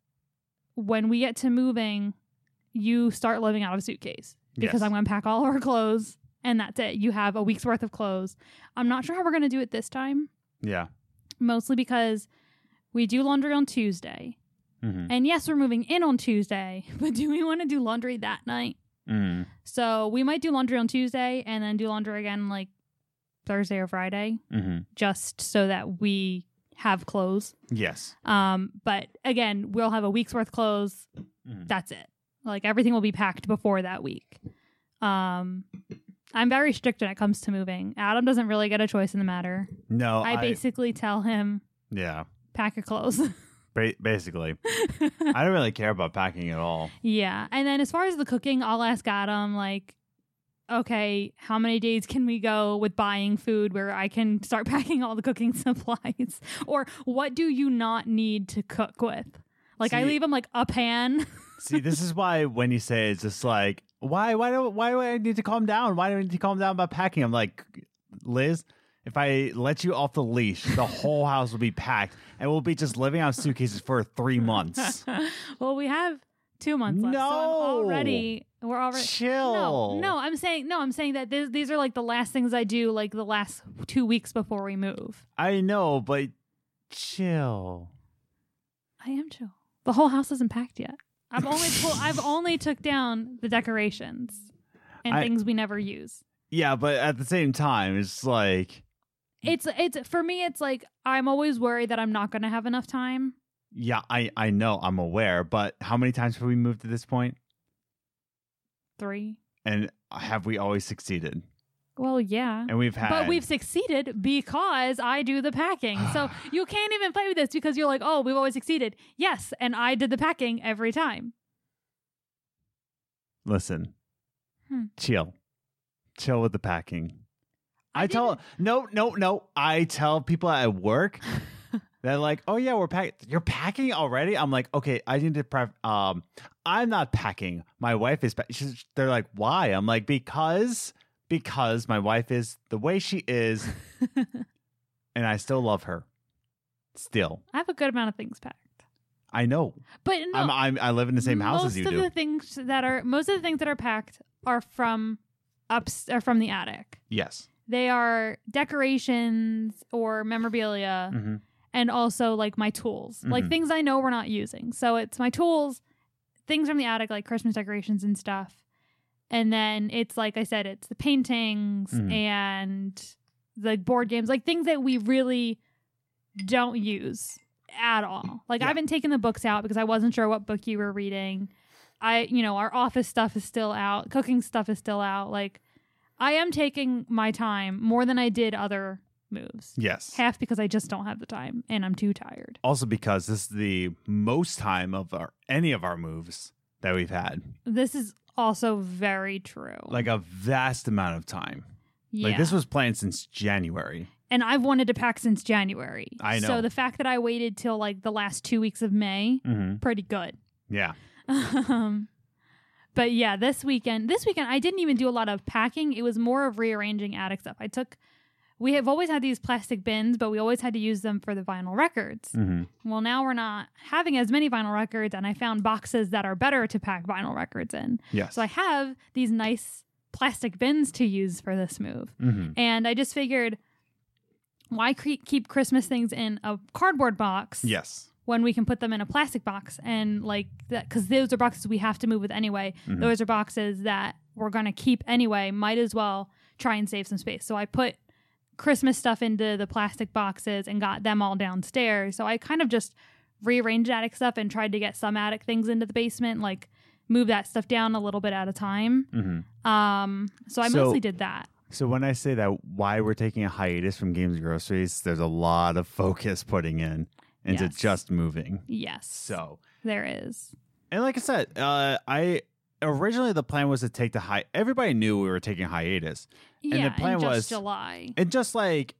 B: when we get to moving, you start living out of a suitcase
A: Yes.
B: because I'm going to pack all of our clothes and that's it. You have a week's worth of clothes. I'm not sure how we're going to do it this time,
A: Yeah.
B: mostly because we do laundry on Tuesday.
A: Mm-hmm.
B: And yes, we're moving in on Tuesday, but do we want to do laundry that night?
A: Mm.
B: So we might do laundry on Tuesday and then do laundry again like Thursday or Friday
A: Mm-hmm.
B: just so that we have clothes.
A: Yes.
B: Um, but again, we'll have a week's worth clothes.
A: Mhm.
B: That's it. Like everything will be packed before that week. Um, I'm very strict when it comes to moving. Adam doesn't really get a choice in the matter.
A: No.
B: I basically tell him
A: yeah.
B: pack your clothes.
A: Ba- basically, I don't really care about packing at all.
B: yeah, and then as far as the cooking, I'll ask Adam like, okay, how many days can we go with buying food where I can start packing all the cooking supplies, or what do you not need to cook with? Like I
A: See-
B: leave him like a pan.
A: See, this is why when you say it's just like, why, why do, why do I need to calm down? Why do I need to calm down about packing? I'm like, Liz, if I let you off the leash, the whole house will be packed, and we'll be just living out of suitcases for three months.
B: well, we have two months left. So I'm
A: No.
B: already we're already
A: Chill.
B: No, no, I'm saying no, I'm saying that this, these are like the last things I do like the last two weeks before we move.
A: I know, but chill.
B: I am chill. The whole house isn't packed yet. I've only pull, I've only took down the decorations and
A: I-
B: things we never use.
A: Yeah, but at the same time, it's like,
B: It's it's for me it's like I'm always worried that I'm not going to have enough time.
A: yeah, I, I know, I'm aware, but how many times have we moved to this point,
B: 3.
A: and have we always succeeded?
B: Well, yeah.
A: And we've had,
B: But we've succeeded because I do the packing. so you can't even play with this because you're like, oh, we've always succeeded. Yes, and I did the packing every time.
A: listen,
B: Hmm.
A: chill, chill with the packing.
B: I
A: I, tell no, no, no. I tell people at work that like, oh yeah, we're packing. You're packing already. I'm like, okay, I need to prep. Um, I'm not packing. My wife is. Pa-. She's, they're like, why? I'm like, because because my wife is the way she is, and I still love her. Still,
B: I have a good amount of things packed.
A: I know.
B: But no,
A: I'm, I'm. I live in the same house
B: most
A: as you
B: of
A: do.
B: the things that are most of the things that are packed are from ups are from the attic.
A: yes.
B: They are decorations or memorabilia
A: Mm-hmm.
B: and also like my tools. Like
A: Mhm.
B: things I know we're not using. So it's my tools, things from the attic like Christmas decorations and stuff. And then it's like I said, it's the paintings
A: Mhm.
B: and the board games, like things that we really don't use at all. Like I
A: Yeah.
B: haven't taken the books out because I wasn't sure what book you were reading. I, you know, our office stuff is still out, cooking stuff is still out. Like I am taking my time more than I did other moves
A: Yes.
B: half because I just don't have the time and I'm too tired.
A: also because this is the most time of our, any of our moves that we've had
B: This is also very true.
A: like a vast amount of time
B: yeah.
A: like this was planned since january
B: and I've wanted to pack since January.
A: I know.
B: So the fact that I waited till like the last two weeks of May,
A: mm-hmm.
B: pretty good.
A: yeah
B: Um, But yeah, this weekend, this weekend I didn't even do a lot of packing. It was more of rearranging attic stuff. I took we have always had these plastic bins, but we always had to use them for the vinyl records.
A: Mm.
C: Mm-hmm.
B: Well, now we're not having as many vinyl records, and I found boxes that are better to pack vinyl records in.
C: Yes.
B: So I have these nice plastic bins to use for this move.
C: mm-hmm.
B: And I just figured, why cre- keep Christmas things in a cardboard box
C: Yes.
B: when we can put them in a plastic box? And like that, because those are boxes we have to move with anyway.
A: Mm-hmm.
C: Mhm.
B: Those are boxes that we're going to keep anyway. Might as well try and save some space. So I put Christmas stuff into the plastic boxes and got them all downstairs. So I kind of just rearranged attic stuff and tried to get some attic things into the basement, like move that stuff down a little bit at a time.
C: Mm-hmm.
B: Um, so I
A: So-
B: mostly did that.
A: So when I say that, why we're taking a hiatus from games and groceries, there's a lot of focus putting in into
B: Yes.
A: just moving.
B: Yes.
A: So,
B: There is.
A: and like I said, uh, I originally the plan was to take the high. Everybody knew we were taking a hiatus, And the
B: yeah,
A: plan
B: in just
A: was-
B: July.
A: and just like,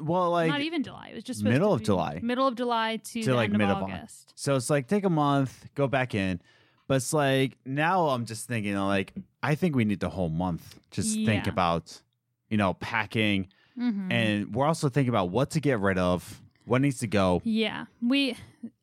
A: well, like
B: Not even July. It was just supposed
A: middle
B: to
A: of
B: be
A: July.
B: Middle of July to,
A: To,
B: the
A: like,
B: end of
A: mid of Au-
B: August.
A: So it's like take a month, go back in. But it's like now I'm just thinking like I think we need the whole month. Just think
B: Yeah.
A: about, you know, packing.
B: Mhm.
A: And we're also thinking about what to get rid of, what needs to go.
B: yeah, we.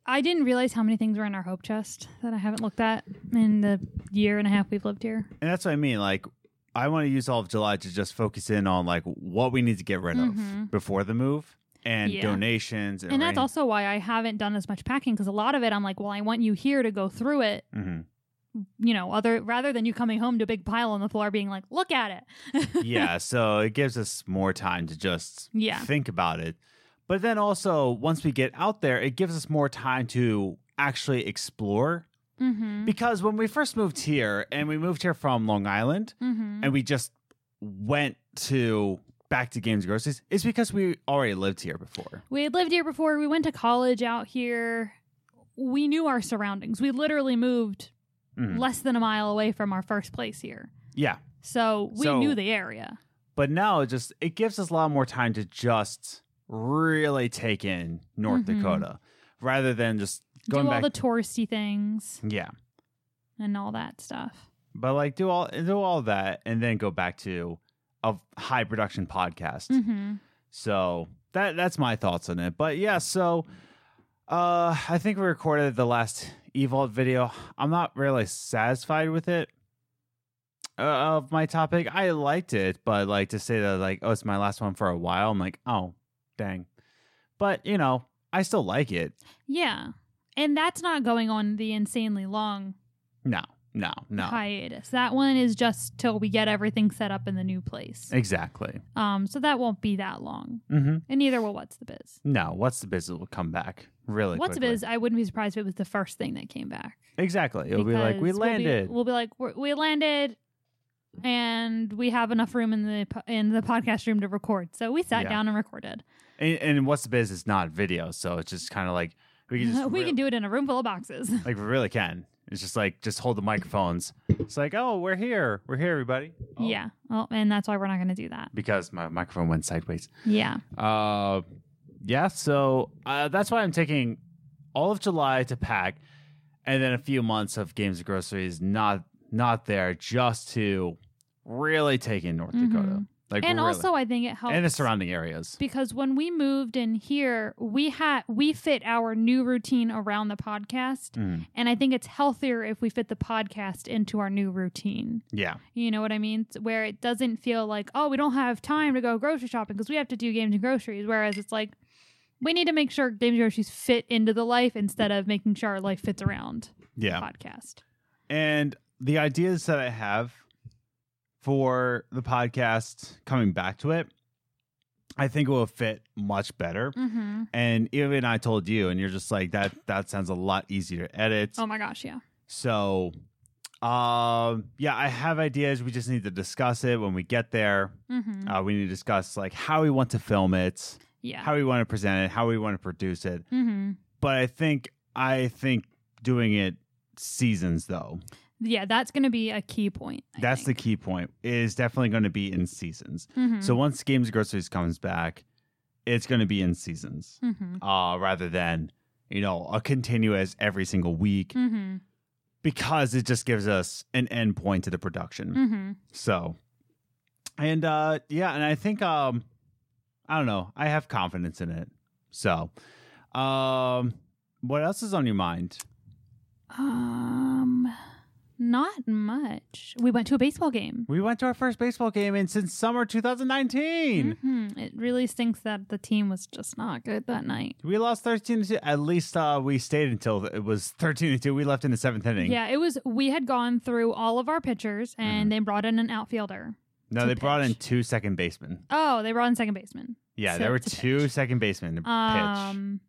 B: I didn't realize how many things were in our hope chest that I haven't looked at in the year and a half we've lived here.
A: And that's what I mean. Like I want to use all of July to just focus in on like what we need to get rid of
B: Mhm.
A: before the move and
B: Yeah.
A: donations and,
B: And that's
A: arran-
B: also why I haven't done as much packing because a lot of it I'm like, well, I want you here to go through it,
C: Mm-hmm.
B: you know, other rather than you coming home to a big pile on the floor being like, look at it.
A: yeah, so it gives us more time to just
B: Yeah.
A: think about it. But then also, once we get out there, it gives us more time to actually explore.
B: mm-hmm.
A: Because when we first moved here, and we moved here from Long Island,
B: Mm-hmm.
A: and we just went to back to Games and Groceries, it's because we already lived here before.
B: We had lived here before. We went to college out here. We knew our surroundings. We literally moved
A: Mm-hmm.
C: Mhm.
B: less than a mile away from our first place here.
A: Yeah.
B: So we
A: So-
B: knew the area.
A: But now it just it gives us a lot more time to just really take in North
B: Mhm.
A: Dakota rather than just going
B: do all
A: back.
B: the touristy things
A: yeah.
B: and all that stuff.
A: but like do all do all that and then go back to a high production podcast
B: Mm-hmm.
A: so that that's my thoughts on it but yeah so uh i think we recorded the last evolve video i'm not really satisfied with it uh, of my topic i liked it but like to say that like oh it's my last one for a while i'm like oh dang but you know i still like it
B: Yeah. And that's not going on the insanely long
A: no no no
B: hiatus. That one is just till we get everything set up in the new place.
A: exactly
B: Um, so that won't be that long.
A: mm-hmm.
B: And neither will What's the Biz.
A: no what's the biz that will come back really
B: What's the
A: quickly.
B: Biz, I wouldn't be surprised if it was the first thing that came back.
A: Exactly. It'll be like we
B: because we'll be-
A: landed.
B: We'll be, like we're, we landed, and we have enough room in the po- in the podcast room to record. So we sat
A: Yeah.
B: down and recorded.
A: and, and what's the biz is not video, so it's just kind of like we can just
B: we
A: re-
B: can do it in a room full of boxes.
A: like we really can. It's just like just hold the microphones. It's like oh we're here, we're here, everybody. Oh,
B: Yeah. Oh, and that's why we're not going to do that.
A: because my microphone went sideways.
B: Yeah.
A: Uh, yeah. So uh, that's why I'm taking all of July to pack, and then a few months of games and groceries not not there just to really take in North Dakota,
B: Mhm.
A: like
B: and
A: really.
B: also, I think it helps.
A: and the surrounding areas.
B: because when we moved in here, we had we fit our new routine around the podcast,
A: Hmm. Mm,
C: Mhm.
B: and I think it's healthier if we fit the podcast into our new routine.
A: Yeah.
B: You know what I mean? It's Where it doesn't feel like, oh, we don't have time to go grocery shopping because we have to do games and groceries. Whereas it's like, we need to make sure games and groceries fit into the life instead of making sure our life fits around
A: Yeah.
B: the podcast.
A: And the ideas that I have for the podcast coming back to it, I think it will fit much better.
B: Mm-hmm.
A: And even I told you, and you're just like that. That sounds a lot easier to edit.
B: Oh my gosh, yeah.
A: So, um, yeah, I have ideas. We just need to discuss it when we get there.
B: Mm-hmm.
A: Uh, we need to discuss like how we want to film it,
B: yeah.
A: how we want to present it, how we want to produce it.
B: mm-hmm.
A: But I think I think doing it seasons though.
B: Yeah, that's going to be a key point.
A: That's the key point. It is definitely going to be in seasons.
B: the. Mm-hmm.
A: So once Games and Groceries comes back, it's going to be in seasons,
B: Mm-hmm. Mm.
A: uh, rather than you know a continuous every single week.
B: Mm-hmm.
A: because it just gives us an end point to the production.
B: Mm-hmm.
A: So, and uh yeah, and I think um I don't know. I have confidence in it. So, um what else is on your mind?
B: Um, not much. We went to a baseball game.
A: We went to our first baseball game in since summer 2019.
B: Mhm. It really stinks that the team was just not good that night.
A: We lost 13 to 2. At least uh we stayed until it was 13 to 2. We left in the 7th inning.
B: Yeah, it was. We had gone through all of our pitchers, and
A: Mm-hmm.
B: they brought in an outfielder.
A: no,
B: to
A: they brought in
B: pitch.
A: two second basemen.
B: Oh, they brought in second baseman.
A: Yeah,
B: So
A: there were
B: to pitch.
A: two second basemen to pitch.
B: Um.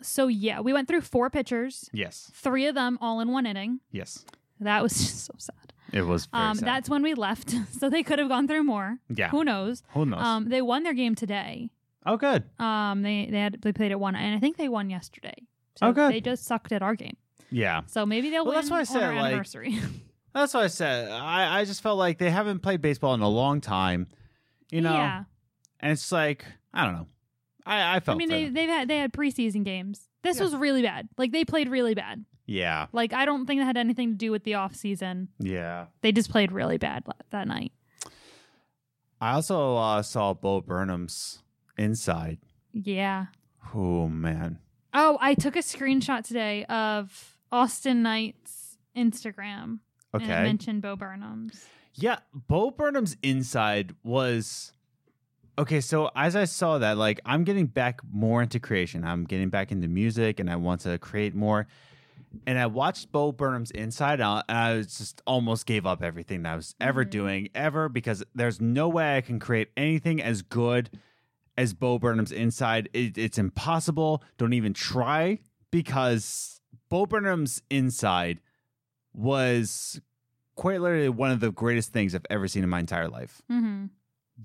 B: So yeah, we went through four pitchers,
A: Yes.
B: three of them all in one inning.
A: Yes.
B: That was just so sad.
A: It was very
B: Um,
A: sad.
B: that's when we left, so they could have gone through more.
A: yeah.
B: Who knows?
A: Who knows?
B: Um, they won their game today.
A: oh good.
B: Um, they they had they played at one, and I think they won yesterday. So
A: Oh, good.
B: They just sucked at our game,
A: Yeah.
B: so maybe they'll
A: Well,
B: win
A: that's why I said,
B: on our
A: like-
B: anniversary.
A: That's what I said. I, I just felt like they haven't played baseball in a long time, you know.
B: yeah.
A: And it's like I don't know. I I
B: I
A: felt.
B: mean,
A: for
B: they
A: them.
B: they've had they had preseason games. This
A: Yeah.
B: was really bad. Like they played really bad.
A: Yeah.
B: Like I don't think that had anything to do with the off season.
A: Yeah.
B: They just played really bad la- that night.
A: I also uh, saw Bo Burnham's inside.
B: Yeah.
A: Oh man.
B: Oh, I took a screenshot today of Austin Knight's Instagram and it
A: Okay.
B: mentioned Bo Burnham's.
A: yeah. Bo Burnham's inside was. Okay, so as I saw that, like I'm getting back more into creation. I'm getting back into music, and I want to create more. and I watched Bo Burnham's Inside Out, and I was just almost gave up everything that I was ever
B: Mhm.
A: doing ever because there's no way I can create anything as good as Bo Burnham's Inside. It, it's impossible. Don't even try because Bo Burnham's Inside was quite literally one of the greatest things I've ever seen in my entire life.
B: Mm-hmm.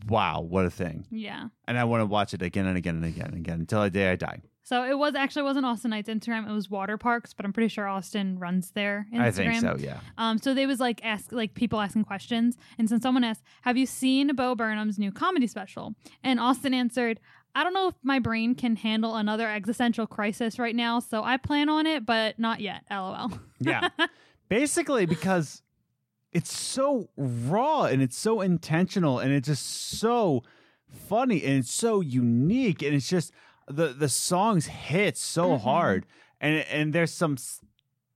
A: Wow, what a thing!
B: Yeah.
A: And I want to watch it again and again and again and again until the day I die.
B: So it was actually wasn't Austin Knight's Instagram. It was Water Parks, but I'm pretty sure Austin runs their Instagram.
A: I think so. Yeah.
B: Um, so they was like ask like people asking questions, and since someone asked, "Have you seen Bo Burnham's new comedy special?" and Austin answered, "I don't know if my brain can handle another existential crisis right now, so I plan on it, but not yet." LOL.
A: Yeah. Basically, because it's so raw and it's so intentional and it's just so funny and it's so unique and it's just the the songs hit so
B: Mhm.
A: hard and and there's some s-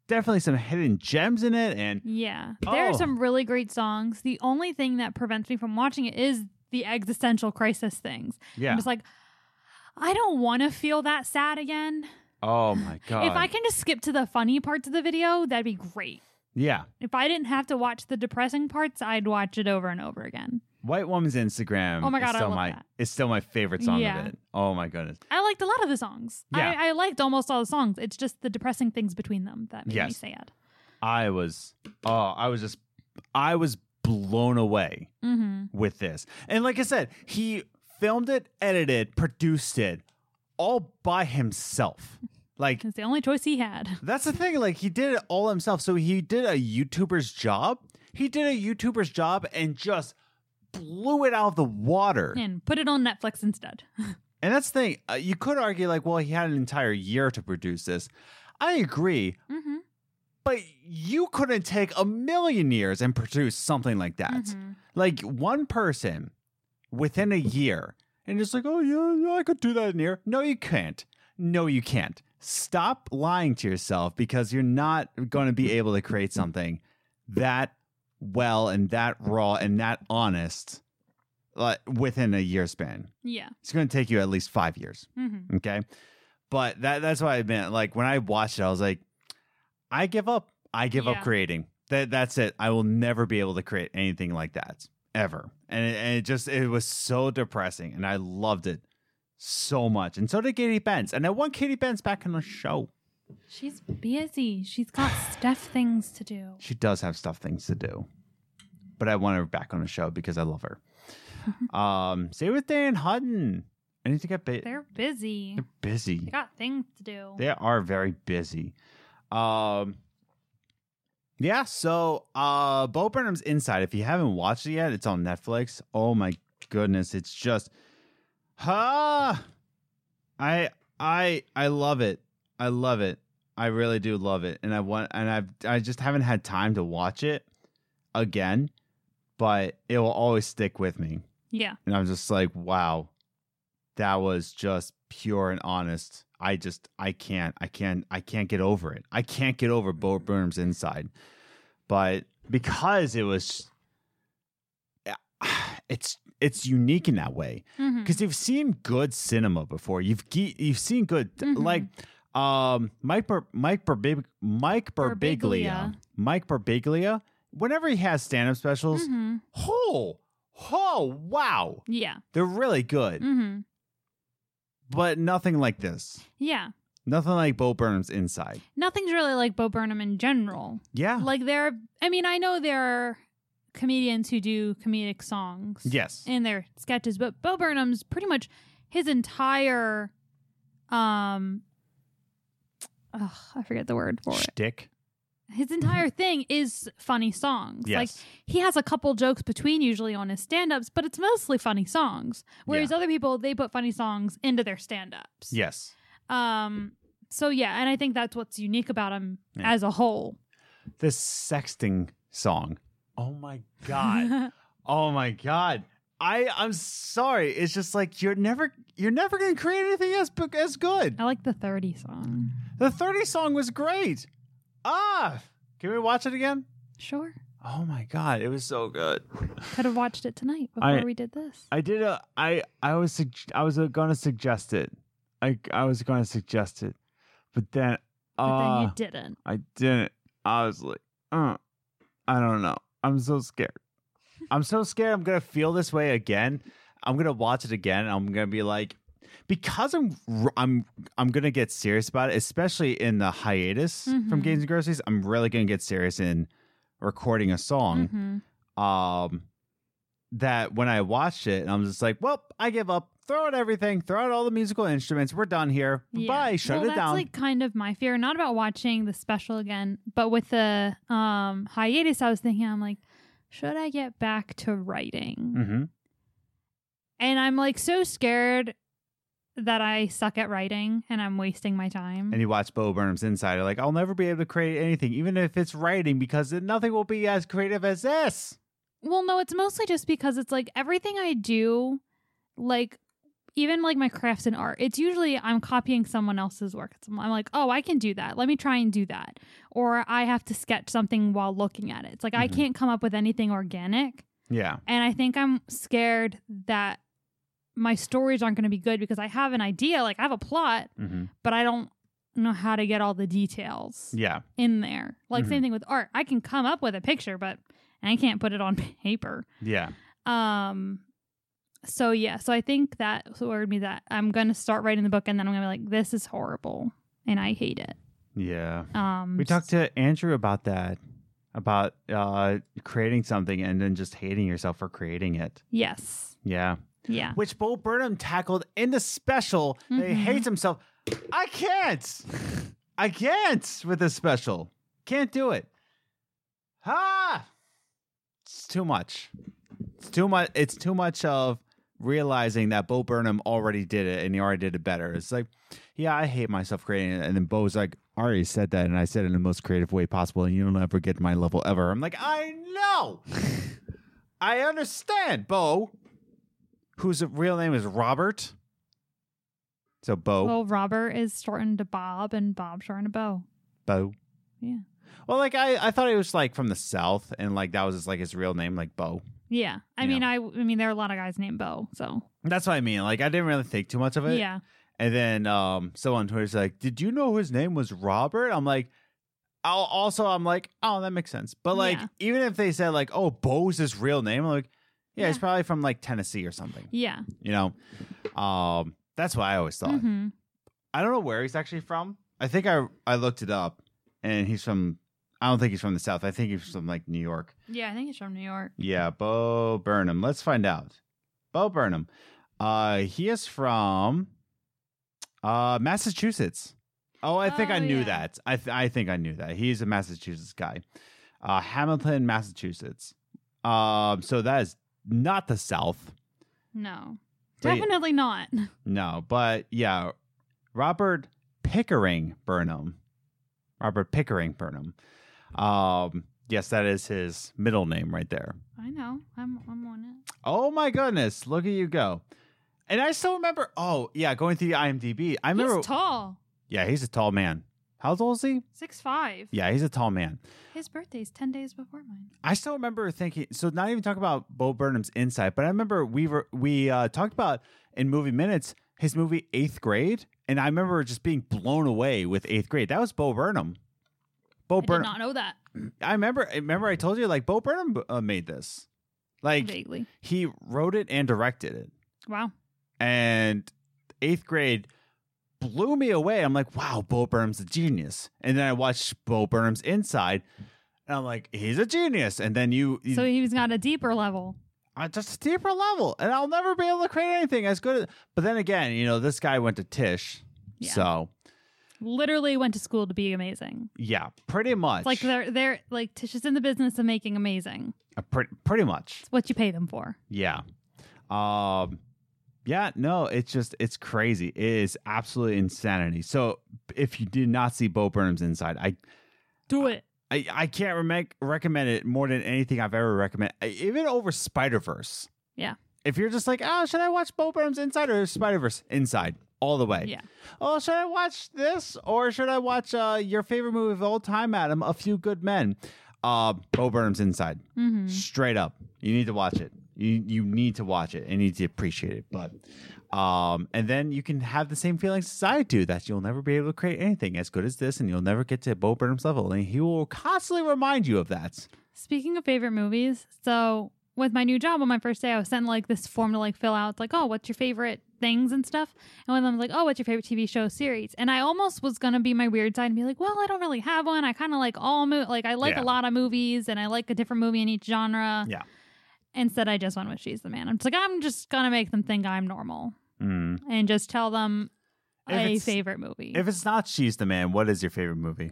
A: definitely some hidden gems in it and
B: Yeah, there are
A: Oh.
B: some really great songs. The only thing that prevents me from watching it is the existential crisis things.
A: yeah
B: I'm just like, I don't want to feel that sad again.
A: oh my god
B: If I can just skip to the funny parts of the video, that'd be great.
A: yeah
B: If I didn't have to watch the depressing parts, I'd watch it over and over again.
A: white woman's instagram
B: Oh my
A: is
B: God, I
A: still
B: love
A: my
B: that.
A: it's still my favorite song
B: Yeah.
A: of it oh my goodness
B: I liked a lot of the songs.
A: Yeah.
B: I, I liked almost all the songs. It's just the depressing things between them that made me
A: Yes.
B: sad.
A: i was oh i was just i was blown away
B: Mm-hmm.
A: with this. And like I said, he filmed it, edited, produced it all by himself. Like
B: It's the only choice he had.
A: that's the thing, like he did it all himself. So he did a YouTuber's job. He did a YouTuber's job and just blew it out of the water.
B: And put it on Netflix instead.
A: And that's the thing, uh, you could argue like, well, he had an entire year to produce this. I agree,
B: Mm-hmm.
A: but you couldn't take a million years and produce something like that.
B: Mm-hmm.
A: like one person within a year and just like oh yeah, yeah i could do that in a year no you can't no you can't stop lying to yourself because you're not going to be able to create something that well and that raw and that honest like within a year span
B: Yeah.
A: it's going to take you at least five years
B: Mm-hmm.
A: Okay. But that that's what I meant. Like when I watched it, I was like, I give up. I give
B: Yeah.
A: up creating. That that's it. I will never be able to create anything like that ever. And it, and it just it was so depressing, and I loved it so much. And so did Katie Benz. And I want Katie Benz back on the show.
B: She's busy. She's got stuff things to do.
A: She does have stuff things to do, but I want her back on the show because I love her. um, same with Dan Hutton. I need to get bu-
B: They're busy.
A: they're busy.
B: They got things to do.
A: They are very busy. Um Yeah, so uh Bo Burnham's Inside. If you haven't watched it yet, it's on Netflix. Oh my goodness, it's just huh I I I love it. I love it. I really do love it, and I want, and I've, I just haven't had time to watch it again, but it will always stick with me.
B: Yeah.
A: And I'm just like, wow, that was just pure and honest. I just, I can't, I can't, I can't get over it. I can't get over Bo Burnham's inside, but because it was, it's, it's unique in that way
B: Mhm.
A: because you've seen good cinema before. You've ge- you've seen good
B: Mhm.
A: like um Mike Ber- Mike Berbig- Mike Berbiglia
B: Birbiglia.
A: Mike Berbiglia. Whenever he has stand-up specials,
B: Mhm.
A: oh oh wow,
B: Yeah.
A: they're really good.
B: hmm
A: But nothing like this.
B: Yeah.
A: Nothing like Bo Burnham's Inside.
B: Nothing's really like Bo Burnham in general.
A: Yeah.
B: Like there, are- I mean, I know there are comedians who do comedic songs
A: yes.
B: in their sketches, but Bo Burnham's pretty much his entire, um, ugh, I forget the word for it.
A: Shtick.
B: His entire thing is funny songs.
A: Yes.
B: Like he has a couple jokes between usually on his stand-ups, but it's mostly funny songs. Whereas other people, they put funny songs into their stand-ups.
A: yes.
B: Um. So yeah, and I think that's what's unique about him
A: Yeah.
B: as a whole.
A: The sexting song. Oh my god. Oh my god. I I'm sorry. It's just like you're never you're never gonna create anything as bu- as good.
B: I like the thirty song.
A: The 30 song was great. Ah, can we watch it again?
B: Sure,
A: Oh my god, it was so good.
B: could have watched it tonight before
A: I-
B: we did this.
A: I did a I I was sug- I was uh, gonna suggest it. I I was gonna suggest it, but then
B: but
A: uh
B: then you didn't.
A: I didn't. I was like, uh, I don't know. I'm so scared. I'm so scared I'm gonna feel this way again. I'm gonna watch it again. And I'm gonna be like, because I'm r- I'm I'm gonna get serious about it, especially in the hiatus from
B: Mhm.
A: Games and Groceries. I'm really gonna get serious in recording a song.
B: Mhm.
A: Um, that when I watched it, I'm just like, well, I give up. Throw out everything. Throw out all the musical instruments. We're done here.
B: Yeah.
A: Bye. Shut
B: well,
A: it
B: that's
A: down.
B: like kind of my fear, not about watching the special again, but with the um hiatus, I was thinking, I'm like, should I get back to writing?
A: mm-hmm.
B: And I'm like so scared that I suck at writing and I'm wasting my time.
A: and you watch Bo Burnham's Inside, you're like, I'll never be able to create anything, even if it's writing, because then nothing will be as creative as this.
B: Well, no, it's mostly just because it's like everything I do, like even like my crafts and art, it's usually I'm copying someone else's work. It's, I'm like, oh, I can do that. Let me try and do that. Or I have to sketch something while looking at it. It's like I
A: Mhm.
B: can't come up with anything organic.
A: Yeah.
B: And I think I'm scared that my stories aren't going to be good because I have an idea, like I have a plot,
A: Mm-hmm.
B: but I don't know how to get all the details
A: Yeah.
B: in there. Like,
A: Mhm.
B: same thing with art. I can come up with a picture, but I can't put it on paper.
A: Yeah.
B: Um so yeah, so I think that worried me that I'm gonna start writing the book and then I'm gonna be like, this is horrible and I hate it.
A: Yeah.
B: Um
A: We talked to Andrew about that, about uh, creating something and then just hating yourself for creating it.
B: Yes.
A: Yeah.
B: Yeah.
A: Which Bo Burnham tackled in the special. They
B: Mhm.
A: hate himself. I can't. I can't with this special. Can't do it. Ah, it's too much. It's too much. It's too much of realizing that Bo Burnham already did it and he already did it better. It's like, yeah, I hate myself creating it, and then Bo's like, I already said that, and I said it in the most creative way possible, and you'll never get to my level ever. I'm like, I know. I understand, Bo, whose real name is Robert. So Bo.
B: Well, Robert is shortened to Bob and Bob shortened to Bo.
A: Bo.
B: Yeah.
A: Well, like I, I thought he was like from the south, and like that was his, like his real name, like Bo.
B: Yeah. I
A: Yeah.
B: mean I I mean there are a lot of guys named Bo, so
A: That's what I mean. Like I didn't really think too much of it.
B: yeah.
A: And then um, someone on Twitter's like, "Did you know his name was Robert?" I'm like, I'll, also I'm like, "Oh, that makes sense." But like,
B: Yeah.
A: even if they said like, "Oh, Bo's his real name," I'm like, "Yeah, he's
B: Yeah.
A: probably from like Tennessee or something,"
B: Yeah.
A: you know. Um, that's what I always thought.
B: Mhm.
A: I don't know where he's actually from. I think I I looked it up, and he's from. I don't think he's from the south. I think he's from like New York.
B: Yeah, I think he's from New York.
A: Yeah, Bo Burnham. Let's find out. Bo Burnham. Uh he is from uh Massachusetts. Oh, I think I
B: Oh,
A: knew
B: yeah.
A: that. I th- I think I knew that. He's a Massachusetts guy. Uh Hamilton, Massachusetts. Um so that is not the south.
B: No.
A: But yeah-
B: Definitely not.
A: No, but yeah, Robert Pickering Burnham. Robert Pickering Burnham. Um, yes, that is his middle name right there.
B: I know. I'm I'm on it.
A: Oh my goodness, look at you go. And I still remember, oh, yeah, going through the IMDb. I remember,
B: He's tall.
A: yeah, he's a tall man. How old is he?
B: Six five.
A: Yeah, he's a tall man.
B: His birthday's ten days before mine.
A: I still remember thinking. So not even talk about Bo Burnham's insight, but I remember we were we uh, talked about in movie minutes his movie Eighth Grade, and I remember just being blown away with Eighth Grade. That was Bo Burnham. Bo
B: I did
A: Burnham.
B: not know that
A: I remember. I remember. I told you like Bo Burnham uh, made this. Like
B: vaguely.
A: he wrote it and directed it,
B: Wow.
A: and Eighth Grade blew me away. I'm like, wow, Bo Burnham's a genius. And then I watched Bo Burnham's Inside, and I'm like, he's a genius. And then you, you
B: So he's got a deeper level.
A: on just a deeper level, and I'll never be able to create anything as good. As, but then again, you know, this guy went to Tish,
B: Yeah.
A: so
B: Literally went to school to be amazing.
A: yeah, pretty much.
B: It's like they're they're like Tish is in the business of making amazing.
A: Uh, pretty, pretty much,
B: It's what you pay them for.
A: yeah, um, yeah. No, it's just it's crazy. It is absolutely insanity. So if you did not see Bo Burnham's Inside, I
B: Do it.
A: I, I can't remake recommend it more than anything I've ever recommended, even over Spider Verse.
B: Yeah.
A: If you're just like, oh, should I watch Bo Burnham's Inside or Spider Verse Inside? All the way.
B: Yeah.
A: Oh, should I watch this or should I watch uh, your favorite movie of all time, Adam, A Few Good Men? Uh, Bo Burnham's Inside.
B: Mm-hmm.
A: Straight up. You need to watch it. You, you need to watch it and you need to appreciate it. But um, and then you can have the same feelings as I do that you'll never be able to create anything as good as this, and you'll never get to Bo Burnham's level. And he will constantly remind you of that.
B: Speaking of favorite movies, so with my new job on my first day, I was sent like this form to like fill out, like, oh, what's your favorite things and stuff. And one of them was like, oh, what's your favorite TV show series? And I almost was gonna be my weird side and be like, well, I don't really have one. I kind of like all mo- like I like
A: Yeah.
B: a lot of movies and I like a different movie in each genre.
A: Yeah.
B: Instead, I just went with She's the Man. I'm just like, I'm just gonna make them think I'm normal
A: Mm.
B: and just tell them
A: If
B: a
A: it's-
B: favorite movie.
A: If it's not She's the Man, what is your favorite movie?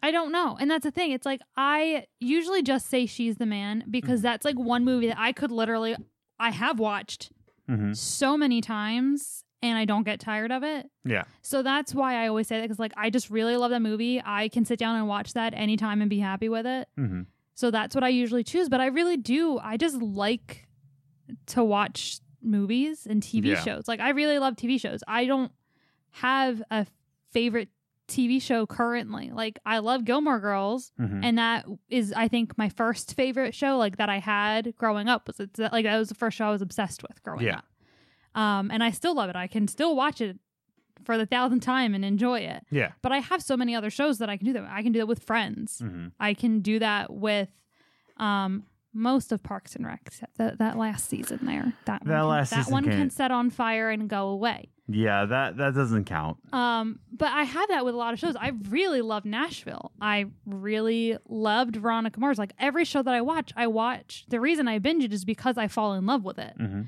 B: I don't know. And that's the thing. It's like I usually just say she's the man
A: Mm-hmm.
B: because that's like one movie that I could literally I have watched
A: Mm-hmm.
B: so many times and I don't get tired of it.
A: Yeah.
B: So that's why I always say that cuz like I just really love that movie. I can sit down and watch that anytime and be happy with it.
A: Mm-hmm.
B: So that's what I usually choose, but I really do I just like to watch movies and TV
A: Yeah.
B: shows. Like I really love TV shows. I don't have a favorite TV show currently. Like I love Gilmore Girls
A: Mm-hmm.
B: and that is i think my first favorite show like that i had growing up was it's like that was the first show i was obsessed with growing
A: Yeah.
B: up um and i still love it i can still watch it for the thousandth time and enjoy it
A: Yeah.
B: but i have so many other shows that i can do that i can do that with friends
A: Mm-hmm.
B: i can do that with um most of parks and rec except that, that last season there that,
A: That
B: one can-
A: last
B: that
A: season
B: one can
A: can't-
B: set on fire and go away
A: Yeah. That that doesn't count.
B: um, but I have that with a lot of shows. I really love Nashville. I really loved Veronica Mars. Like every show that I watch, I watch. The reason I binge it is because I fall in love with it.
A: Mm-hmm.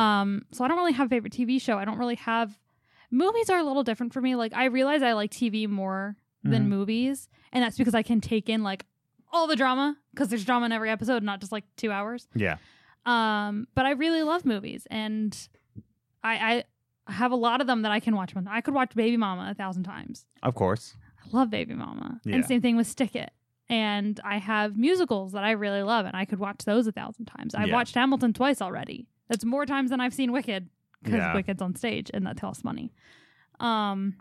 B: Um, so I don't really have a favorite TV show. I don't really have movies are a little different for me. Like I realize I like TV more than
A: Mhm.
B: movies, and that's because I can take in like all the drama because there's drama in every episode, not just like two hours.
A: Yeah.
B: Um, but I really love movies, and I, I have a lot of them that I can watch. When I could watch Baby Mama a thousand times.
A: Of course.
B: I love Baby Mama,
A: Yeah.
B: and same thing with Stick It. And I have musicals that I really love, and I could watch those a thousand times. I've
A: Yeah.
B: watched Hamilton twice already. That's more times than I've seen Wicked because
A: Yeah.
B: Wicked's on stage, and that costs money. Um,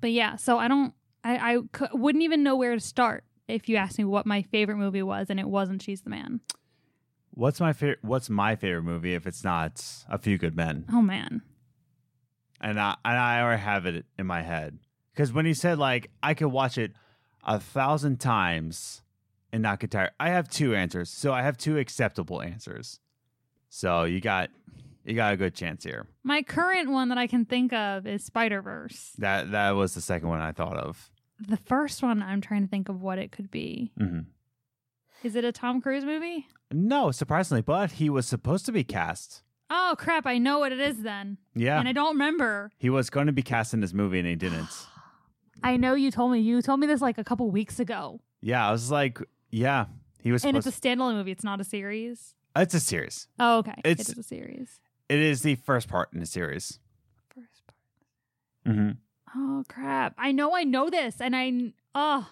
B: but yeah, so I don't, I, I cou- wouldn't even know where to start if you asked me what my favorite movie was, and it wasn't She's the Man.
A: What's my favorite? What's my favorite movie if it's not A Few Good Men?
B: Oh man,
A: and I and I already have it in my head because when he said like I could watch it a thousand times and not get tired, I have two answers. So I have two acceptable answers. So you got you got a good chance here.
B: My current one that I can think of is Spider Verse.
A: That that was the second one I thought of.
B: The first one, I'm trying to think of what it could be.
A: Mm-hmm.
B: Is it a Tom Cruise movie?
A: No, surprisingly, but he was supposed to be cast.
B: Oh crap! I know what it is then,
A: Yeah,
B: and I don't remember.
A: he was going to be cast in this movie and he didn't.
B: I know you told me. You told me this like a couple weeks ago,
A: yeah, I was like, yeah, he was.
B: and
A: Supposed
B: it's a standalone movie. It's not a series.
A: it's a series.
B: Oh, okay. It
A: It's-
B: is a series.
A: It is the first part in the series.
B: First part.
A: Mm-hmm.
B: Oh crap! I know. I know this, and I. Oh,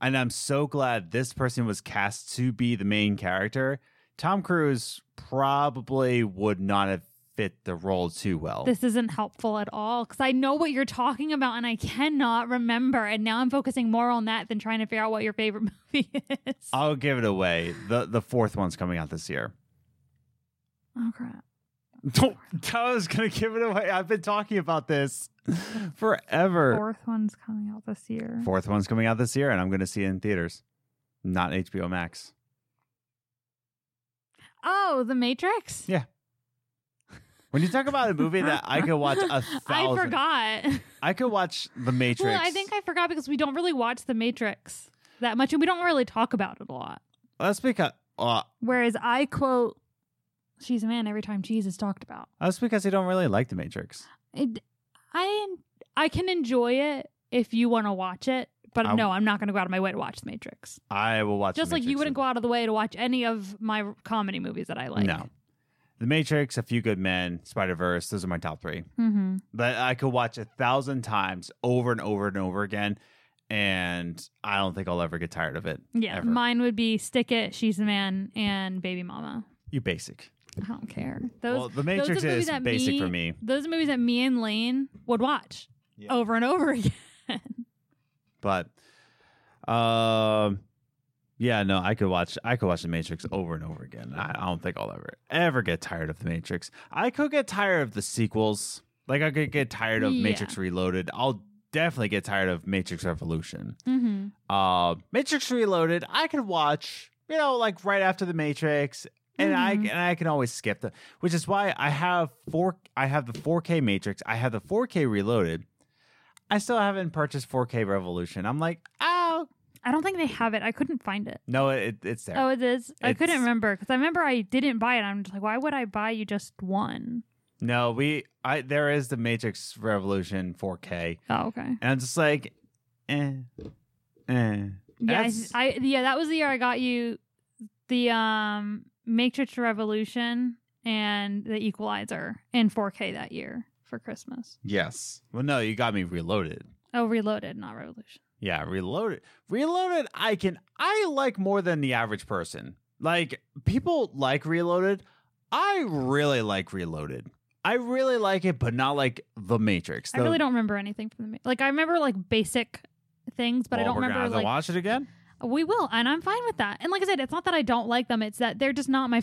A: And I'm so glad this person was cast to be the main character. Tom Cruise probably would not have fit the role too well.
B: this isn't helpful at all because I know what you're talking about and I cannot remember. And now I'm focusing more on that than trying to figure out what your favorite movie is.
A: I'll give it away. The the fourth one's coming out this year.
B: oh, crap.
A: Don't, I was gonna give it away. I've been talking about this forever.
B: Fourth one's coming out this year.
A: Fourth one's coming out this year, and I'm gonna see it in theaters, not HBO Max.
B: Oh, The Matrix?
A: Yeah. When you talk about a movie that I could watch a thousand,
B: I forgot.
A: I could watch The Matrix.
B: Well, I think I forgot because we don't really watch The Matrix that much, and we don't really talk about it a lot.
A: that's because uh,
B: Whereas I quote, "She's a man" every time cheese is talked about.
A: that's because you don't really like The Matrix.
B: It, I I can enjoy it if you want to watch it, but
A: I-
B: no, I'm not going to go out of my way to watch The Matrix.
A: I will watch.
B: Just
A: The
B: like you
A: Matrix.
B: wouldn't go out of the way to watch any of my comedy movies that I like.
A: No. The Matrix, A Few Good Men, Spider Verse. Those are my top three.
B: hmm
A: that I could watch a thousand times over and over and over again, and I don't think I'll ever get tired of it.
B: Yeah,
A: Ever.
B: mine would be Stick It, She's a Man, and Baby Mama.
A: You basic.
B: I don't care. Those
A: well, The
B: those
A: Matrix
B: are movies
A: is
B: that
A: basic
B: me-
A: for me.
B: those are movies that me and Lane would watch
A: Yeah.
B: over and over again.
A: But, um, yeah, no, I could watch. I could watch The Matrix over and over again. I, I don't think I'll ever ever get tired of The Matrix. I could get tired of the sequels. Like I could get tired of
B: Yeah.
A: Matrix Reloaded. I'll definitely get tired of Matrix Revolution.
B: hmm
A: uh, Matrix Reloaded, I could watch, you know, like right after the Matrix, and I
B: Mhm.
A: and I can always skip them, which is why I have four. I have the 4K Matrix. I have the 4K Reloaded. I still haven't purchased 4K Revolution. I'm like, oh
B: I don't think they have it. I couldn't find it.
A: no, it, it's there.
B: Oh, it is. I couldn't
A: It's-
B: remember because I remember I didn't buy it. I'm just like, why would I buy you just one?
A: No, we, I there is the Matrix Revolution 4K,
B: Oh, okay.
A: and I'm just like, eh, eh.
B: Yeah,
A: That's-
B: I, I yeah, that was the year I got you the um Matrix Revolution and the Equalizer in 4K that year for Christmas.
A: Yes. Well, no, you got me Reloaded.
B: Oh, Reloaded, not Revolution.
A: Yeah, reloaded. Reloaded I can I like more than the average person. Like people like reloaded. I really like reloaded. I really like it, but not like the Matrix.
B: I really don't remember anything from the Ma- like. I remember like basic things, but I don't
A: we're
B: remember
A: gonna have to
B: like
A: watch it again.
B: we will, and I'm fine with that. And like I said, it's not that I don't like them; it's that they're just not my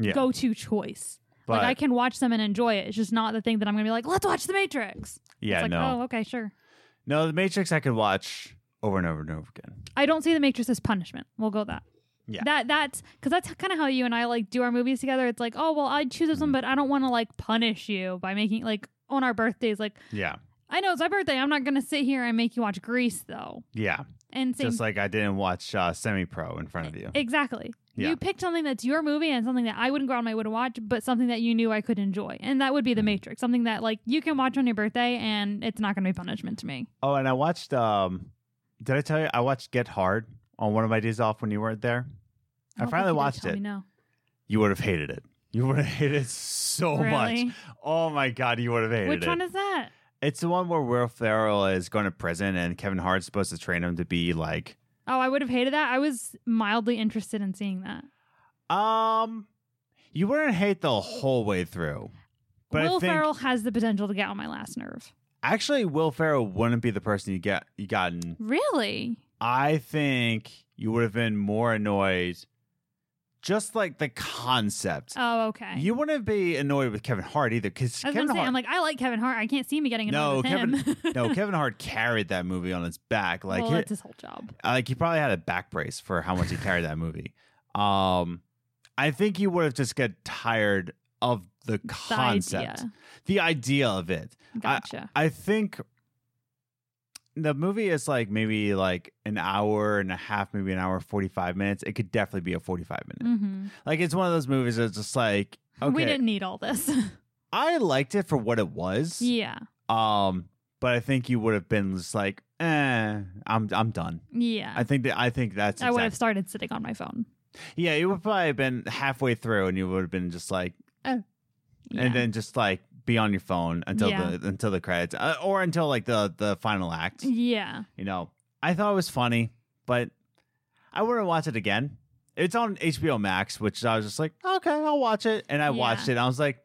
A: Yeah,
B: go-to choice.
A: but
B: like I can watch them and enjoy it. It's just not the thing that I'm gonna be like, let's watch The Matrix.
A: yeah,
B: it's like,
A: no,
B: oh, okay, sure.
A: no, the Matrix I could watch over and over and over again.
B: I don't see The Matrix as punishment. We'll go that.
A: Yeah.
B: That that's because that's kind of how you and I like do our movies together. It's like, oh well, I choose this
A: Mm-hmm.
B: one, but I don't want to like punish you by making like on our birthdays. Like
A: Yeah,
B: I know it's my birthday. I'm not gonna sit here and make you watch Grease though.
A: yeah,
B: And same
A: just like I didn't watch uh, Semi Pro in front of you.
B: exactly.
A: Yeah.
B: You picked something that's your movie and something that I wouldn't go out of my way to watch, but something that you knew I could enjoy, and that would be
A: Mm-hmm.
B: The Matrix. Something that like you can watch on your birthday, and it's not gonna be punishment to me.
A: oh, and I watched. um Did I tell you I watched Get Hard on one of my days off when you weren't there? I,
B: don't think
A: finally
B: you did
A: watched
B: tell
A: it.
B: me No.
A: you would have hated it. You would have hated it so
B: really?
A: much. Oh my god, you would have hated
B: Which
A: it.
B: one is that?
A: it's the one where Will Ferrell is going to prison and Kevin Hart's supposed to train him to be like
B: Oh, I would have hated that. I was mildly interested in seeing that.
A: um you wouldn't hate the whole way through. But
B: Will
A: I think
B: Ferrell has the potential to get on my last nerve.
A: actually Will Ferrell wouldn't be the person you get you gotten.
B: Really?
A: I think you would have been more annoyed just like the concept.
B: Oh, okay.
A: You wouldn't be annoyed with Kevin Hart either cuz
B: I was gonna
A: Kevin
B: say,
A: Hart
B: I'm like, I like Kevin Hart. I can't see me getting annoyed
A: No,
B: with him.
A: No, Kevin Hart carried that movie on his back. Like
B: well,
A: it-
B: that's his whole job.
A: like he probably had a back brace for how much he carried that movie. Um, I think you would have just get tired of the
B: The
A: concept,
B: idea.
A: the idea of it.
B: Gotcha.
A: I think the movie is like maybe like an hour and a half, maybe an hour forty five minutes. It could definitely be a forty five minute.
B: hmm
A: Like it's one of those movies that's just like
B: We
A: okay,
B: didn't need all this.
A: I liked it for what it was.
B: yeah.
A: Um, but I think you would have been just like, eh, I'm I'm done.
B: Yeah.
A: I think that I think that's
B: I would have
A: exact-
B: started sitting on my phone.
A: Yeah, you would probably have been halfway through, and you would have been just like,
B: Yeah.
A: and then just like be on your phone until
B: Yeah. Mm.
A: the until the credits, uh, or until like the the final act.
B: yeah.
A: You know, I thought it was funny, but I wouldn't watch it again. It's on HBO Max, which I was just like, okay, I'll watch it. And I
B: Yeah.
A: watched it. And I was like,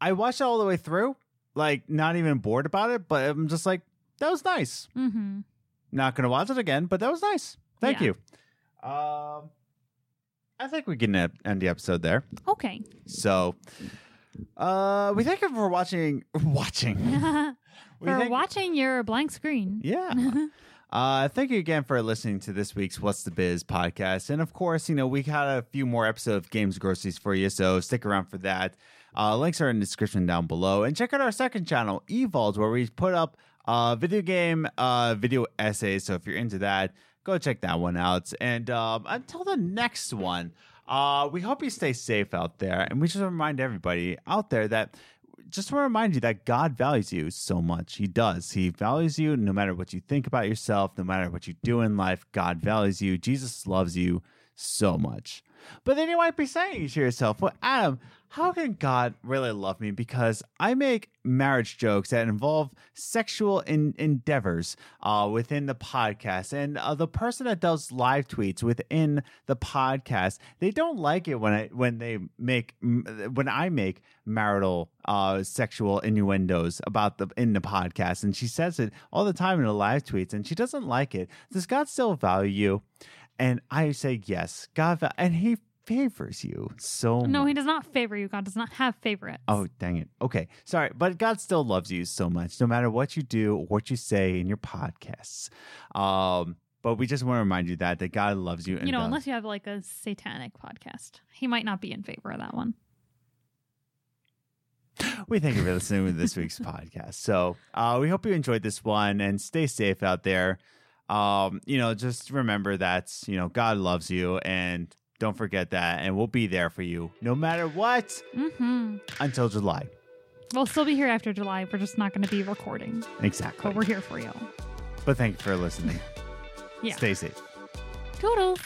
A: I watched it all the way through, like not even bored about it, but I'm just like, that was nice.
B: Mm-hmm.
A: Not gonna watch it again, but that was nice. Thank
B: Yeah.
A: you. Um, I think we can uh, end the episode there.
B: Okay.
A: So, uh, we thank you for watching. Watching.
B: For
A: We thank-
B: watching your blank screen.
A: Yeah. Uh, thank you again for listening to this week's What's the Biz podcast. And of course, you know, we had a few more episodes of Games Groceries for you, so stick around for that. Uh, links are in the description down below. And check out our second channel, Evolves, where we put up uh, video game uh, video essays. So if you're into that, go check that one out. And um, until the next one, uh, we hope you stay safe out there. And we just remind everybody out there that just want to remind you that God values you so much. He does. He values you no matter what you think about yourself, no matter what you do in life. God values you. Jesus loves you so much. But then you might be saying to yourself, well, Adam, how can God really love me? Because I make marriage jokes that involve sexual en- endeavors uh, within the podcast. And uh, the person that does live tweets within the podcast, they don't like it when I, when they make, m- when I make marital uh, sexual innuendos about the in the podcast, and she says it all the time in the live tweets, and she doesn't like it. Does God still value you? And I say yes, God, val- and He favors you so.
B: Oh No,
A: much.
B: he does not favor you. God does not have favorites.
A: Oh, dang it. Okay. Sorry. But God still loves you so much, no matter what you do or what you say in your podcasts. Um, but we just want to remind you that, that God loves you. And uh,
B: you know,
A: values-
B: unless you have like a satanic podcast, he might not be in favor of that one.
A: we thank you for listening to this week's podcast. So uh, we hope you enjoyed this one and stay safe out there. Um, you know, just remember that, you know, God loves you and don't forget that. And we'll be there for you no matter what
B: Mm-hmm.
A: until July.
B: We'll still be here after July. We're just not going to be recording,
A: Exactly.
B: but we're here for you.
A: But thank you for listening.
B: Yeah.
A: Stay safe.
B: Toodles.